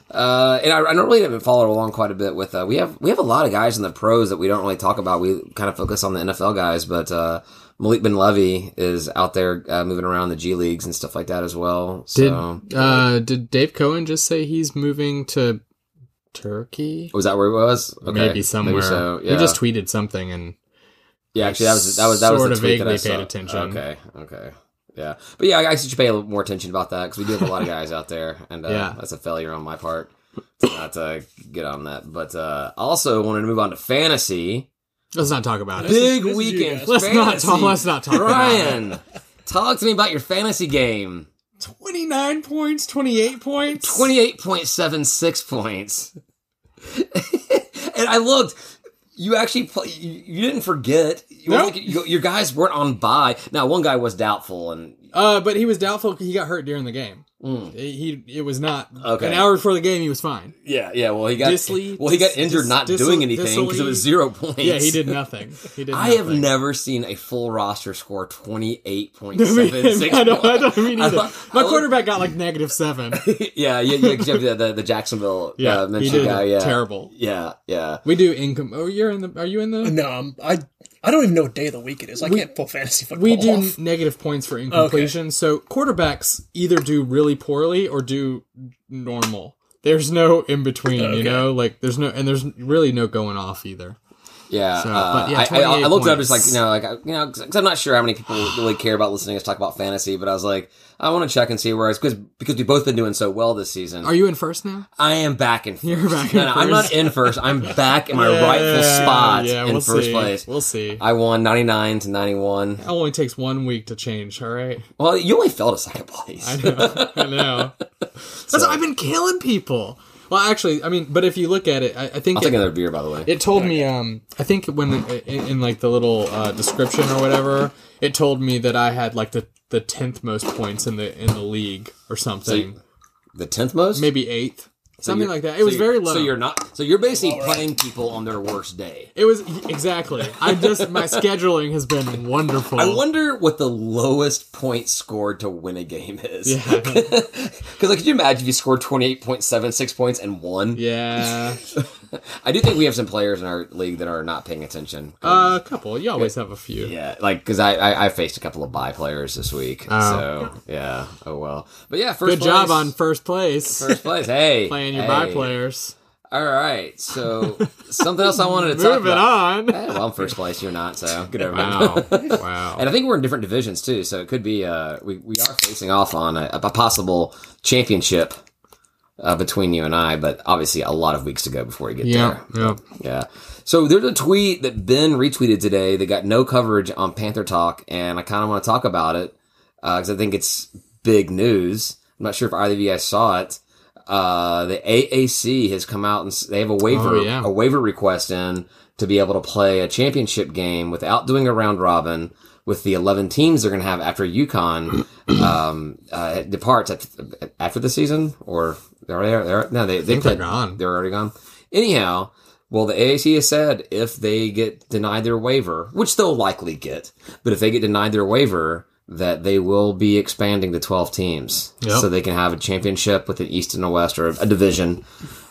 Speaker 1: Uh, and I, I don't really haven't followed along quite a bit with. Uh, we have we have a lot of guys in the pros that we don't really talk about. We kind of focus on the NFL guys, but uh, Malik Ben Levy is out there uh, moving around the G leagues and stuff like that as well.
Speaker 3: did
Speaker 1: So
Speaker 3: uh, did Dave Cohen just say he's moving to Turkey?
Speaker 1: was that where it was? Okay.
Speaker 3: Maybe somewhere.
Speaker 1: so, yeah.
Speaker 3: He just tweeted something, and
Speaker 1: yeah, actually, that was that was that was
Speaker 3: sort
Speaker 1: the
Speaker 3: of
Speaker 1: tweet that I
Speaker 3: vaguely
Speaker 1: saw.
Speaker 3: paid attention.
Speaker 1: Okay. Okay. Yeah, but yeah, I I should pay a little more attention about that because we do have a lot of guys out there, and uh,
Speaker 3: Yeah.
Speaker 1: that's a failure on my part to not uh, get on that. But uh, also wanted to move on to fantasy.
Speaker 3: let's not talk about it.
Speaker 1: big
Speaker 2: this is you
Speaker 1: weekend.
Speaker 3: (laughs)
Speaker 2: guys.
Speaker 3: Let's not
Speaker 1: fantasy.
Speaker 3: talk. Let's not talk. about it.
Speaker 1: Ryan, talk to me about your fantasy game.
Speaker 3: 29 points, 28 points.
Speaker 1: 28.76 points. (laughs) and I looked. You actually play, you, you didn't forget. You
Speaker 3: No.
Speaker 1: only- you- your guys weren't on bye. Now, one guy was doubtful, and
Speaker 3: Uh, but he was doubtful 'cause he got hurt during the game. He, he- it was not
Speaker 1: Okay.
Speaker 3: an hour before the game he was fine.
Speaker 1: yeah, yeah. Well, he got
Speaker 3: Disley-
Speaker 1: well, he got
Speaker 3: dis-
Speaker 1: injured
Speaker 3: dis-
Speaker 1: not
Speaker 3: dis-
Speaker 1: doing anything because it
Speaker 3: Disley?
Speaker 1: was zero points.
Speaker 3: Yeah, he did nothing. He (laughs) did.
Speaker 1: I have
Speaker 3: nothing.
Speaker 1: never seen a full roster score twenty eight point
Speaker 3: I mean,
Speaker 1: seven six.
Speaker 3: (laughs) I don't, I don't mean
Speaker 1: I
Speaker 3: either.
Speaker 1: lo- I
Speaker 3: My
Speaker 1: lo-
Speaker 3: quarterback got like negative (laughs) seven.
Speaker 1: (laughs) yeah, yeah, yeah. 'cause you have the, the, the Jacksonville
Speaker 3: (laughs) Yeah,
Speaker 1: uh,
Speaker 3: he
Speaker 1: Minshew
Speaker 3: did
Speaker 1: guy. Yeah,
Speaker 3: terrible.
Speaker 1: Yeah, yeah.
Speaker 3: We do income. Oh, you're in the. Are you in the?
Speaker 2: No, I'm, I I don't even know what day of the week it is. I can't pull fantasy football
Speaker 3: We do
Speaker 2: off.
Speaker 3: negative points for incompletion. So quarterbacks either do really poorly or do normal. There's no in between. You
Speaker 2: Okay.
Speaker 3: know, like there's no, and there's really no going off either.
Speaker 1: Yeah,
Speaker 3: So,
Speaker 1: uh,
Speaker 3: but yeah,
Speaker 1: I- I, I,
Speaker 3: 28
Speaker 1: looked it up just like
Speaker 3: points.
Speaker 1: you know, like I- you know, because I'm not sure how many people really care about listening us talk about fantasy, but I was like, I want to check and see where it's because because we've both been doing so well this season.
Speaker 3: Are you in first now?
Speaker 1: I am back in. First.
Speaker 3: (laughs) You're back
Speaker 1: No,
Speaker 3: in
Speaker 1: no, I'm not
Speaker 3: first.
Speaker 1: in first. I'm back
Speaker 3: (laughs)
Speaker 1: in my rightful spot in
Speaker 3: Uh, we'll
Speaker 1: first
Speaker 3: see.
Speaker 1: place. Uh,
Speaker 3: We'll see.
Speaker 1: I won 99 to 91.
Speaker 3: It only takes one week to change. All right. (laughs)
Speaker 1: Well, you only fell to second place. (laughs)
Speaker 3: I know. I know. That's why I've been killing people. Well, actually, I mean, but if you look at it, I, I think
Speaker 1: I'll
Speaker 3: it,
Speaker 1: take another beer, by the way.
Speaker 3: it told me. Um, I think when in, in like the little uh, description or whatever, it told me that I had like the the tenth most points in the in the league or something,
Speaker 1: the tenth most,
Speaker 3: maybe eighth, something
Speaker 1: You're-
Speaker 3: like that. It
Speaker 1: so
Speaker 3: was
Speaker 1: you're-
Speaker 3: very low.
Speaker 1: So you're not. So you're basically playing people on their worst day.
Speaker 3: it was exactly. I
Speaker 1: (laughs)
Speaker 3: just my scheduling has been wonderful.
Speaker 1: I wonder what the lowest point scored to win a game is. (laughs)
Speaker 3: Yeah.
Speaker 1: Because like, could you imagine if you scored twenty eight point seven six points and won? (laughs)
Speaker 3: yeah,
Speaker 1: I do think we have some players in our league that are not paying attention.
Speaker 3: uh, a couple. You always have a few.
Speaker 1: yeah, like because I, I I faced a couple of bye players this week.
Speaker 3: Oh.
Speaker 1: So yeah. Oh well. But yeah, first
Speaker 3: Good job
Speaker 1: place-
Speaker 3: on first place,
Speaker 1: first place. Hey,
Speaker 3: (laughs) playing your
Speaker 1: hey.
Speaker 3: by players.
Speaker 1: All right.
Speaker 3: (laughs)
Speaker 1: So something else I wanted to talk
Speaker 3: Moving
Speaker 1: about. (laughs)
Speaker 3: on.
Speaker 1: Hey, well, I'm first place. You're not, so good over me.
Speaker 3: Wow. (laughs) wow.
Speaker 1: And I think we're in different divisions too, so it could be uh, we we are facing off on a, a possible championship uh, between you and I, but obviously a lot of weeks to go before we get
Speaker 3: Yeah. Yeah.
Speaker 1: there. Yeah. So there's a tweet that Ben retweeted today that got no coverage on Panther Talk, and uh, I kind of want to talk about it because I think it's big news. I'm not sure if either of you guys saw it. Uh, the AAC has come out and s- they have a waiver,
Speaker 3: Oh, yeah.
Speaker 1: a waiver request in to be able to play a championship game without doing a round robin with the 11 teams they're going to have after
Speaker 3: (clears throat)
Speaker 1: UConn, um, uh, departs at, after the season or they're, they're, they're no, they, they
Speaker 3: think they're
Speaker 1: played-
Speaker 3: gone.
Speaker 1: They're already gone. Anyhow, well, the AAC has said if they get denied their waiver, which they'll likely get, but if they get denied their waiver, that they will be expanding to 12 teams
Speaker 3: Yep.
Speaker 1: so they can have a championship with an East and a West or a division,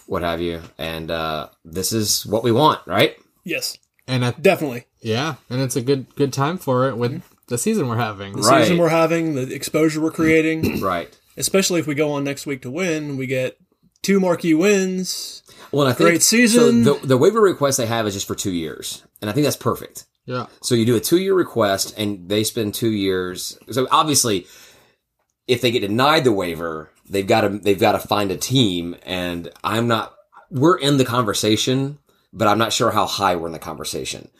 Speaker 1: what have you. And uh, this is what we want, right?
Speaker 2: Yes,
Speaker 3: and I,
Speaker 2: definitely.
Speaker 3: yeah, and it's a good good time for it with the season we're having.
Speaker 1: Right.
Speaker 2: Season we're having, the exposure we're creating, (clears throat)
Speaker 1: Right.
Speaker 2: especially if we go on next week to win, we get two marquee wins.
Speaker 1: Well, and I think
Speaker 2: Great season.
Speaker 1: So the, the waiver request they have is just for two years, and I think that's perfect.
Speaker 3: Yeah,
Speaker 1: So you do a two year request and they spend two years. So obviously, if they get denied the waiver, they've got to, they've got to find a team. And I'm not, we're in the conversation, but I'm not sure how high we're in the conversation.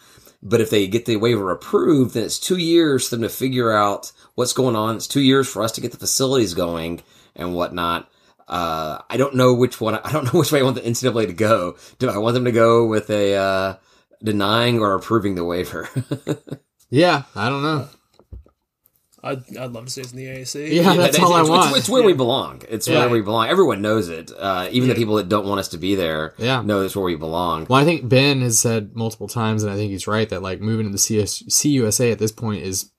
Speaker 1: But if they get the waiver approved, then it's two years for them to figure out what's going on. It's two years for us to get the facilities going and whatnot. Uh, I don't know which one. I don't (laughs) know which way I want the NCAA to go. Do I want them to go with a uh, denying or approving the waiver? (laughs)
Speaker 3: yeah. I don't know.
Speaker 2: I'd, I'd love to see us in the AAC.
Speaker 3: Yeah, that's
Speaker 1: it's-
Speaker 3: all I
Speaker 1: it's-
Speaker 3: want.
Speaker 1: It's, it's where we belong. It's
Speaker 3: Yeah.
Speaker 1: where we belong. Everyone knows it. Uh, even the people that don't want us to be there
Speaker 3: Yeah.
Speaker 1: know that's where we belong.
Speaker 3: Well, I think Ben has said multiple times, and I think he's right that like moving to the CS- CUSA at this point is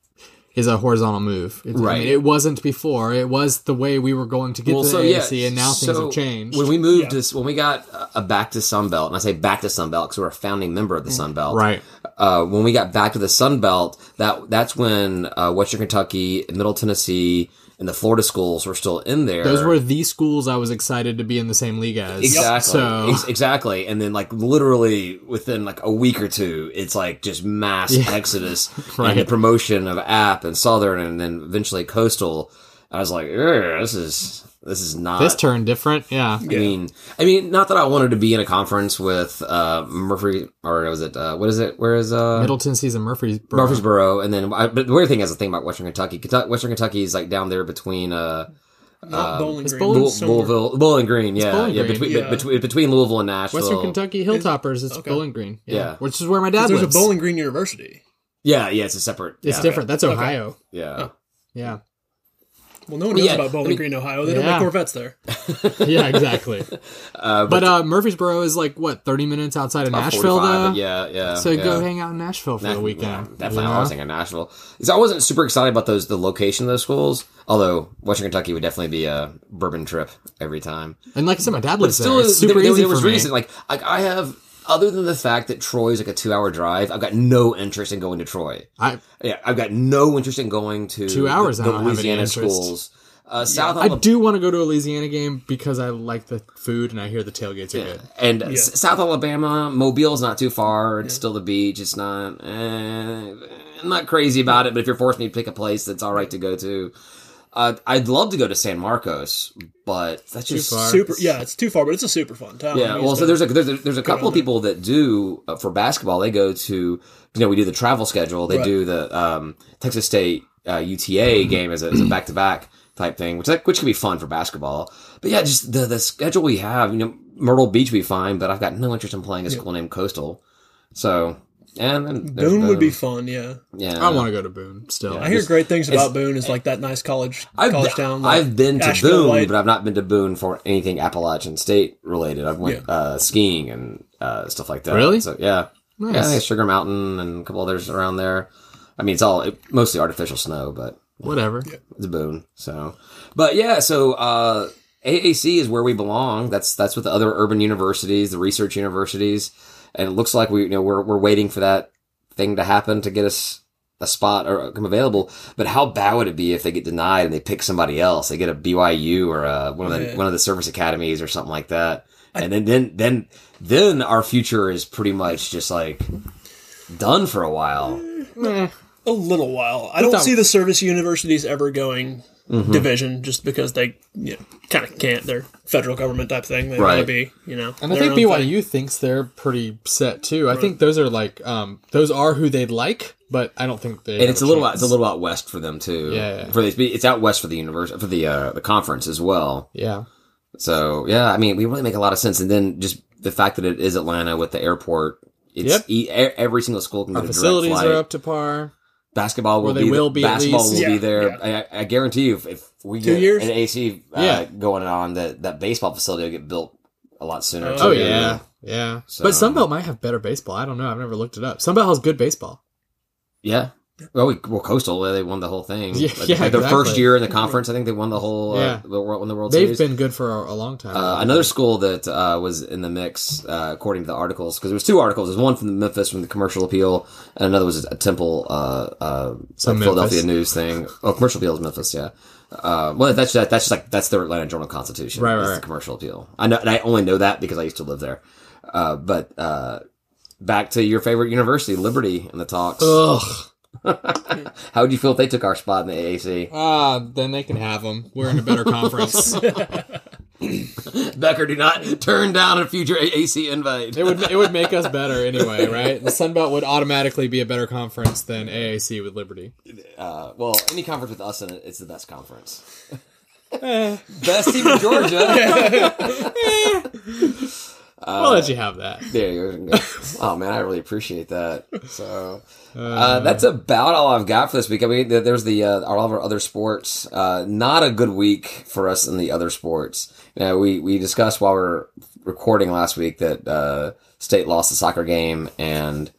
Speaker 3: is a horizontal move. It's- I
Speaker 1: Right.
Speaker 3: mean, it wasn't before. It was the way we were going to get to the AAC, and now things
Speaker 1: so
Speaker 3: have changed.
Speaker 1: When we moved
Speaker 2: Yeah.
Speaker 1: this, when we got uh, a back to Sun Belt, and I say back to Sun Belt because we're a founding member of the Sun Belt.
Speaker 3: right.
Speaker 1: Uh, when we got back to the Sun Belt, that that's when uh, Western Kentucky, Middle Tennessee, and the Florida schools were still in there.
Speaker 3: Those were the schools I was excited to be in the same league as.
Speaker 1: Exactly.
Speaker 3: So
Speaker 1: Ex- exactly. And then like literally within like a week or two, it's like just mass
Speaker 3: (laughs)
Speaker 1: exodus and the
Speaker 3: Right.
Speaker 1: promotion of App and Southern and then eventually Coastal. I was like, "Ugh, this is this is not.
Speaker 3: this turned different. Yeah.
Speaker 1: I
Speaker 2: Yeah.
Speaker 1: mean, I mean, not that I wanted to be in a conference with uh, Murphy or was it uh, what is it? Where is uh,
Speaker 3: Middle Tennessee's and Murfreesboro.
Speaker 1: Murfreesboro? And then, I, but the weird thing is the thing about Western Kentucky. Kentucky Western Kentucky is like down there between. Uh,
Speaker 2: Not Bowling
Speaker 3: it's
Speaker 2: Green.
Speaker 3: Bowling-
Speaker 1: Louis-
Speaker 2: somewhere.
Speaker 1: Louisville, Bowling Green, yeah,
Speaker 3: Bowling
Speaker 1: yeah,
Speaker 3: Green,
Speaker 1: between,
Speaker 2: yeah.
Speaker 1: between between Louisville and Nashville,
Speaker 3: Western Kentucky Hilltoppers. It's
Speaker 2: okay.
Speaker 3: Bowling Green. Yeah.
Speaker 1: Yeah.
Speaker 3: Which is where my dad
Speaker 2: There's
Speaker 3: lives.
Speaker 2: a Bowling Green University.
Speaker 1: Yeah, yeah, it's a separate.
Speaker 3: It's
Speaker 1: yeah,
Speaker 3: different. Oh. That's
Speaker 2: Okay.
Speaker 3: Ohio.
Speaker 1: Yeah,
Speaker 3: Yeah.
Speaker 2: Well, no one knows
Speaker 1: Yeah,
Speaker 2: about Bowling
Speaker 1: I mean-
Speaker 2: Green, Ohio. They don't
Speaker 3: Yeah.
Speaker 2: make Corvettes there.
Speaker 3: (laughs) Yeah, exactly.
Speaker 1: (laughs) uh,
Speaker 3: But uh, Murfreesboro is like what thirty minutes outside of
Speaker 1: about
Speaker 3: Nashville,
Speaker 1: 45,
Speaker 3: though.
Speaker 1: but Yeah, yeah.
Speaker 3: So
Speaker 1: yeah.
Speaker 3: go hang out in Nashville for
Speaker 1: That-
Speaker 3: the
Speaker 1: yeah,
Speaker 3: weekend.
Speaker 1: definitely.
Speaker 3: you
Speaker 1: I was
Speaker 3: know?
Speaker 1: thinking Nashville. 'Cause I wasn't super excited about those the location of those schools. Although Western Kentucky would definitely be a bourbon trip every time.
Speaker 3: And like I said, my dad lives
Speaker 1: Still,
Speaker 3: there. It's
Speaker 1: there,
Speaker 3: super
Speaker 1: there-
Speaker 3: easy
Speaker 1: there was
Speaker 3: for
Speaker 1: reason.
Speaker 3: me.
Speaker 1: Like, like I have, other than the fact that Troy's like a two hour drive, I've got no interest in going to Troy.
Speaker 3: I
Speaker 1: Yeah, I've got no interest in going to
Speaker 3: Two hours,
Speaker 1: The,
Speaker 3: I
Speaker 1: the
Speaker 3: don't have any
Speaker 1: Louisiana
Speaker 3: interest.
Speaker 1: schools. Uh, South
Speaker 3: I
Speaker 1: Alabama.
Speaker 3: do want to go to a Louisiana game because I like the food and I hear the tailgates are good.
Speaker 1: And S- South Alabama, Mobile's not too far. It's still the beach. It's not. Eh, I'm not crazy about it, but if you're forcing me to pick a place that's all right to go to, uh, I'd love to go to San Marcos, but that's just
Speaker 3: far.
Speaker 2: Super. Yeah, it's too far, but it's a super fun time. I
Speaker 1: Yeah,
Speaker 2: mean,
Speaker 1: well,
Speaker 2: it's
Speaker 1: so
Speaker 2: been-
Speaker 1: there's a there's a, there's a couple of people that do uh, for basketball. They go to you know we do the travel schedule. They
Speaker 2: Right.
Speaker 1: do the um, Texas State uh, UTA game as a back to back type thing, which that, which can be fun for basketball. But yeah, just the the schedule we have. You know, Myrtle Beach we find, but I've got no interest in playing a school named Coastal. So and then there's
Speaker 2: Boone would be
Speaker 1: Boone.
Speaker 2: fun. Yeah,
Speaker 1: yeah.
Speaker 3: I want to go to Boone still.
Speaker 2: I hear
Speaker 1: Just-
Speaker 2: great things about Boone. Is like that nice college
Speaker 1: I've,
Speaker 2: college
Speaker 1: been-
Speaker 2: town. like
Speaker 1: I've been to
Speaker 2: Asheville,
Speaker 1: Boone,
Speaker 2: White.
Speaker 1: but I've not been to Boone for anything Appalachian State related. I've went
Speaker 2: Yeah.
Speaker 1: uh, skiing and uh, stuff like that.
Speaker 3: Really?
Speaker 1: So yeah, yeah, I
Speaker 3: Nice.
Speaker 1: think Sugar Mountain and a couple others around there. I mean, it's all it, mostly artificial snow, but
Speaker 3: Whatever.
Speaker 1: it's Boone. So, but yeah, so uh, AAC is where we belong. That's that's with the other urban universities, the research universities, and it looks like we you know we're we're waiting for that thing to happen to get us a spot or come available. But how bad would it be if they get denied and they pick somebody else? They get a BYU or uh one of the
Speaker 2: Yeah.
Speaker 1: one of the service academies or something like that. And then then then then our future is pretty much just like done for a while.
Speaker 2: a little while. I don't
Speaker 3: Without-
Speaker 2: see the service universities ever going
Speaker 1: Mm-hmm.
Speaker 2: division just because they you know, kind of can't. They're federal government type thing. They
Speaker 1: Right.
Speaker 2: want to be, you know.
Speaker 3: And I
Speaker 2: their
Speaker 3: think
Speaker 2: own thing.
Speaker 3: BYU thinks they're pretty set too. I think those are like um, those are who they'd like, but I don't think they.
Speaker 1: and it's a little out, it's a little out west for them too.
Speaker 3: Yeah, yeah.
Speaker 1: for these, it's out west for the universe for the uh, the conference as well.
Speaker 3: Yeah,
Speaker 1: So yeah, I mean, we really make a lot of sense. And then just the fact that it is Atlanta with the airport, it's
Speaker 3: Yep.
Speaker 1: e- e- every single school can get a direct
Speaker 3: facilities
Speaker 1: flight.
Speaker 3: are up to par.
Speaker 1: Basketball will
Speaker 3: they
Speaker 1: be
Speaker 3: will be at
Speaker 1: basketball
Speaker 3: least.
Speaker 1: will be
Speaker 2: Yeah,
Speaker 1: there.
Speaker 2: yeah.
Speaker 1: I, I guarantee you, if, if we
Speaker 2: Two
Speaker 1: get
Speaker 2: years?
Speaker 1: an AC uh,
Speaker 3: Yeah.
Speaker 1: going on, that that baseball facility will get built a lot sooner.
Speaker 2: Oh,
Speaker 3: Oh
Speaker 1: too.
Speaker 3: yeah, yeah. But
Speaker 1: So-
Speaker 3: Sunbelt might have better baseball. I don't know. I've never looked it up. Sunbelt has good baseball.
Speaker 1: yeah. Well, we, well, Coastal they won the whole thing.
Speaker 3: (laughs) Yeah,
Speaker 1: Like,
Speaker 3: yeah,
Speaker 1: like their first
Speaker 3: exactly.
Speaker 1: year in the conference, I think they won the whole
Speaker 3: Yeah.
Speaker 1: uh, the world won the World
Speaker 3: They've
Speaker 1: Series.
Speaker 3: been good for a, a long time.
Speaker 1: Uh, another school that uh, was in the mix, uh, according to the articles, because there was two articles. There's one from the Memphis from the Commercial Appeal, and another was a Temple, uh, uh,
Speaker 3: So
Speaker 1: like Philadelphia
Speaker 3: Memphis.
Speaker 1: News thing. Oh, Commercial Appeal is Memphis, yeah. Uh, well, that's that, that's just like that's the Atlanta Journal Constitution,
Speaker 3: Right,
Speaker 1: is
Speaker 3: right,
Speaker 1: the
Speaker 3: right.
Speaker 1: Commercial Appeal. I know, and I only know that because I used to live there. Uh, but uh, back to your favorite university, Liberty, in the talks.
Speaker 3: Uh. Ugh.
Speaker 1: How would you feel if they took our spot in the AAC?
Speaker 3: Ah, then they can have them. We're in a better conference. (laughs) it
Speaker 1: Becker, do not turn down a future AAC invite.
Speaker 3: would it would make us better anyway, right? The Sunbelt would automatically be a better conference than AAC with Liberty.
Speaker 1: Uh, well, any conference with us in it, it's the best conference. best team in Georgia.
Speaker 3: I'll let you have that.
Speaker 1: there you go. Oh man, I really appreciate that. So uh, that's about all I've got for this week. I mean, there- there's the uh, all of our other sports. Uh, not a good week for us in the other sports. Now we we discussed while we were recording last week that uh, state lost the soccer game and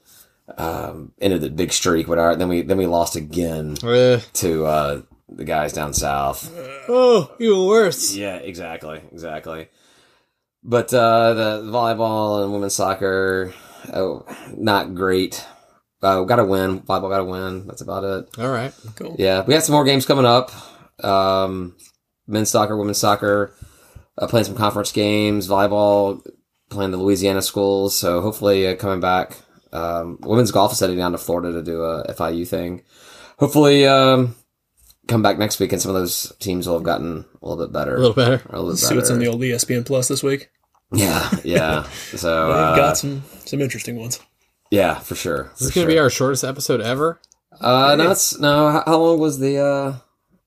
Speaker 1: um, ended the big streak. Whatever. Then we then we lost again
Speaker 3: Uh,
Speaker 1: to uh, the guys down south.
Speaker 3: oh, even worse.
Speaker 1: Yeah, exactly, exactly. But uh, the volleyball and women's soccer, oh, not great. Uh, got to win. Volleyball got to win. That's about it.
Speaker 3: All right.
Speaker 2: Cool.
Speaker 1: Yeah, we got some more games coming up. Um, men's soccer, women's soccer, uh, playing some conference games. Volleyball, playing the Louisiana schools. So hopefully, uh, coming back. Um, women's golf is heading down to Florida to do a FIU thing. Hopefully, um, come back next week and some of those teams will have gotten a little bit better.
Speaker 3: A little better.
Speaker 1: A little bit
Speaker 2: See what's on
Speaker 1: better.
Speaker 2: the old E ESPN Plus this week.
Speaker 1: Yeah,
Speaker 2: (laughs)
Speaker 1: yeah. So
Speaker 2: They've
Speaker 1: uh,
Speaker 2: got some some interesting ones.
Speaker 1: yeah, for sure.
Speaker 3: This
Speaker 1: for
Speaker 3: is going to be
Speaker 1: sure.
Speaker 3: our shortest episode ever.
Speaker 1: uh, no, it's no. How, how long was the? uh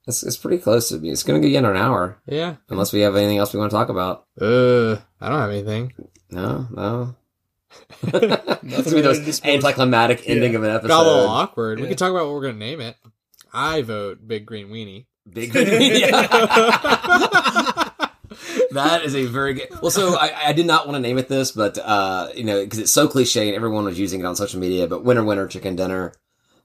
Speaker 1: It's it's pretty close to be. It's going to be in an hour,
Speaker 3: Yeah.
Speaker 1: unless we have anything else we want to talk about.
Speaker 3: Uh, I don't have anything.
Speaker 1: No,
Speaker 2: (laughs)
Speaker 1: no. it's gonna be
Speaker 2: related
Speaker 1: (laughs)
Speaker 2: to
Speaker 1: those
Speaker 2: sports.
Speaker 1: anticlimactic ending of an episode.
Speaker 3: Got a little awkward. We
Speaker 2: Yeah.
Speaker 3: could talk about what we're going to name it. I vote Big Green Weenie.
Speaker 1: (laughs) Big. (laughs)
Speaker 2: (laughs)
Speaker 1: that is a very good. Well, so I, I did not want to name it this, but uh, you know, because it's so cliche and everyone was using it on social media. But winner, winner, chicken dinner.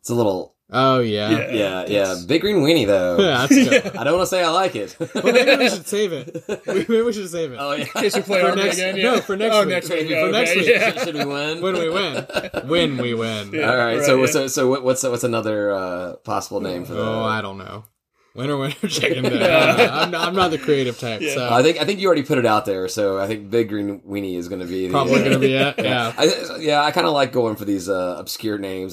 Speaker 1: It's a little
Speaker 3: (laughs) Oh, yeah. Yeah,
Speaker 2: Yeah.
Speaker 1: yeah, yeah.
Speaker 2: Yes.
Speaker 1: Big green weenie
Speaker 2: (laughs)
Speaker 1: though.
Speaker 3: that's good.
Speaker 1: I don't want to say I like
Speaker 3: (laughs)
Speaker 1: it.
Speaker 3: Maybe we should save it.
Speaker 2: (laughs)
Speaker 3: We- Maybe we should save it.
Speaker 1: oh
Speaker 3: (laughs)
Speaker 1: yeah.
Speaker 2: In
Speaker 1: (laughs)
Speaker 2: case we (laughs) play
Speaker 3: For
Speaker 2: Army
Speaker 3: next-
Speaker 2: again, yeah.
Speaker 3: no, for next
Speaker 2: oh,
Speaker 3: week.
Speaker 2: Next week.
Speaker 1: For
Speaker 2: okay,
Speaker 3: next week.
Speaker 2: yeah.
Speaker 1: Should, should we win?
Speaker 3: When we win. When we win.
Speaker 2: Yeah.
Speaker 1: All right.
Speaker 2: Right,
Speaker 1: so,
Speaker 2: yeah.
Speaker 1: so so what- what's what's another uh, possible name for that?
Speaker 3: Oh, I don't know. Winner, winner, (laughs) chicken dinner.
Speaker 2: Yeah.
Speaker 3: I'm, not, I'm not the creative type,
Speaker 2: Yeah.
Speaker 3: so
Speaker 1: I think I think you already put it out there. So I think Big Green Weenie is going to be the, uh,
Speaker 3: probably going
Speaker 1: (laughs)
Speaker 3: to be it. Yeah.
Speaker 1: I, yeah, I kind of like going for these uh, obscure names.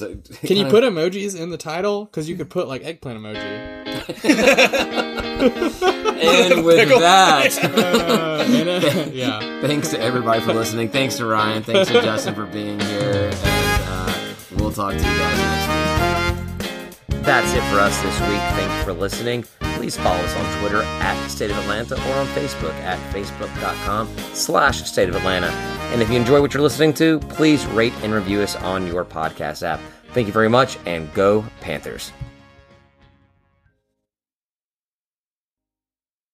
Speaker 1: (laughs)
Speaker 3: Can you put emojis in the title? Because you could put like eggplant
Speaker 2: (laughs)
Speaker 3: emoji. (laughs)
Speaker 1: And with
Speaker 3: (laughs)
Speaker 2: Pickle.
Speaker 1: that, (laughs)
Speaker 3: Uh, and, uh, yeah.
Speaker 1: thanks to everybody for listening. Thanks to Ryan. Thanks to Justin for being here. And uh, we'll talk to you guys next week. That's it for us this week. Thanks for listening. Please follow us on Twitter at State of Atlanta or on Facebook at facebook.com slash State of Atlanta. And if you enjoy what you're listening to, please rate and review us on your podcast app. Thank you very much, and go Panthers.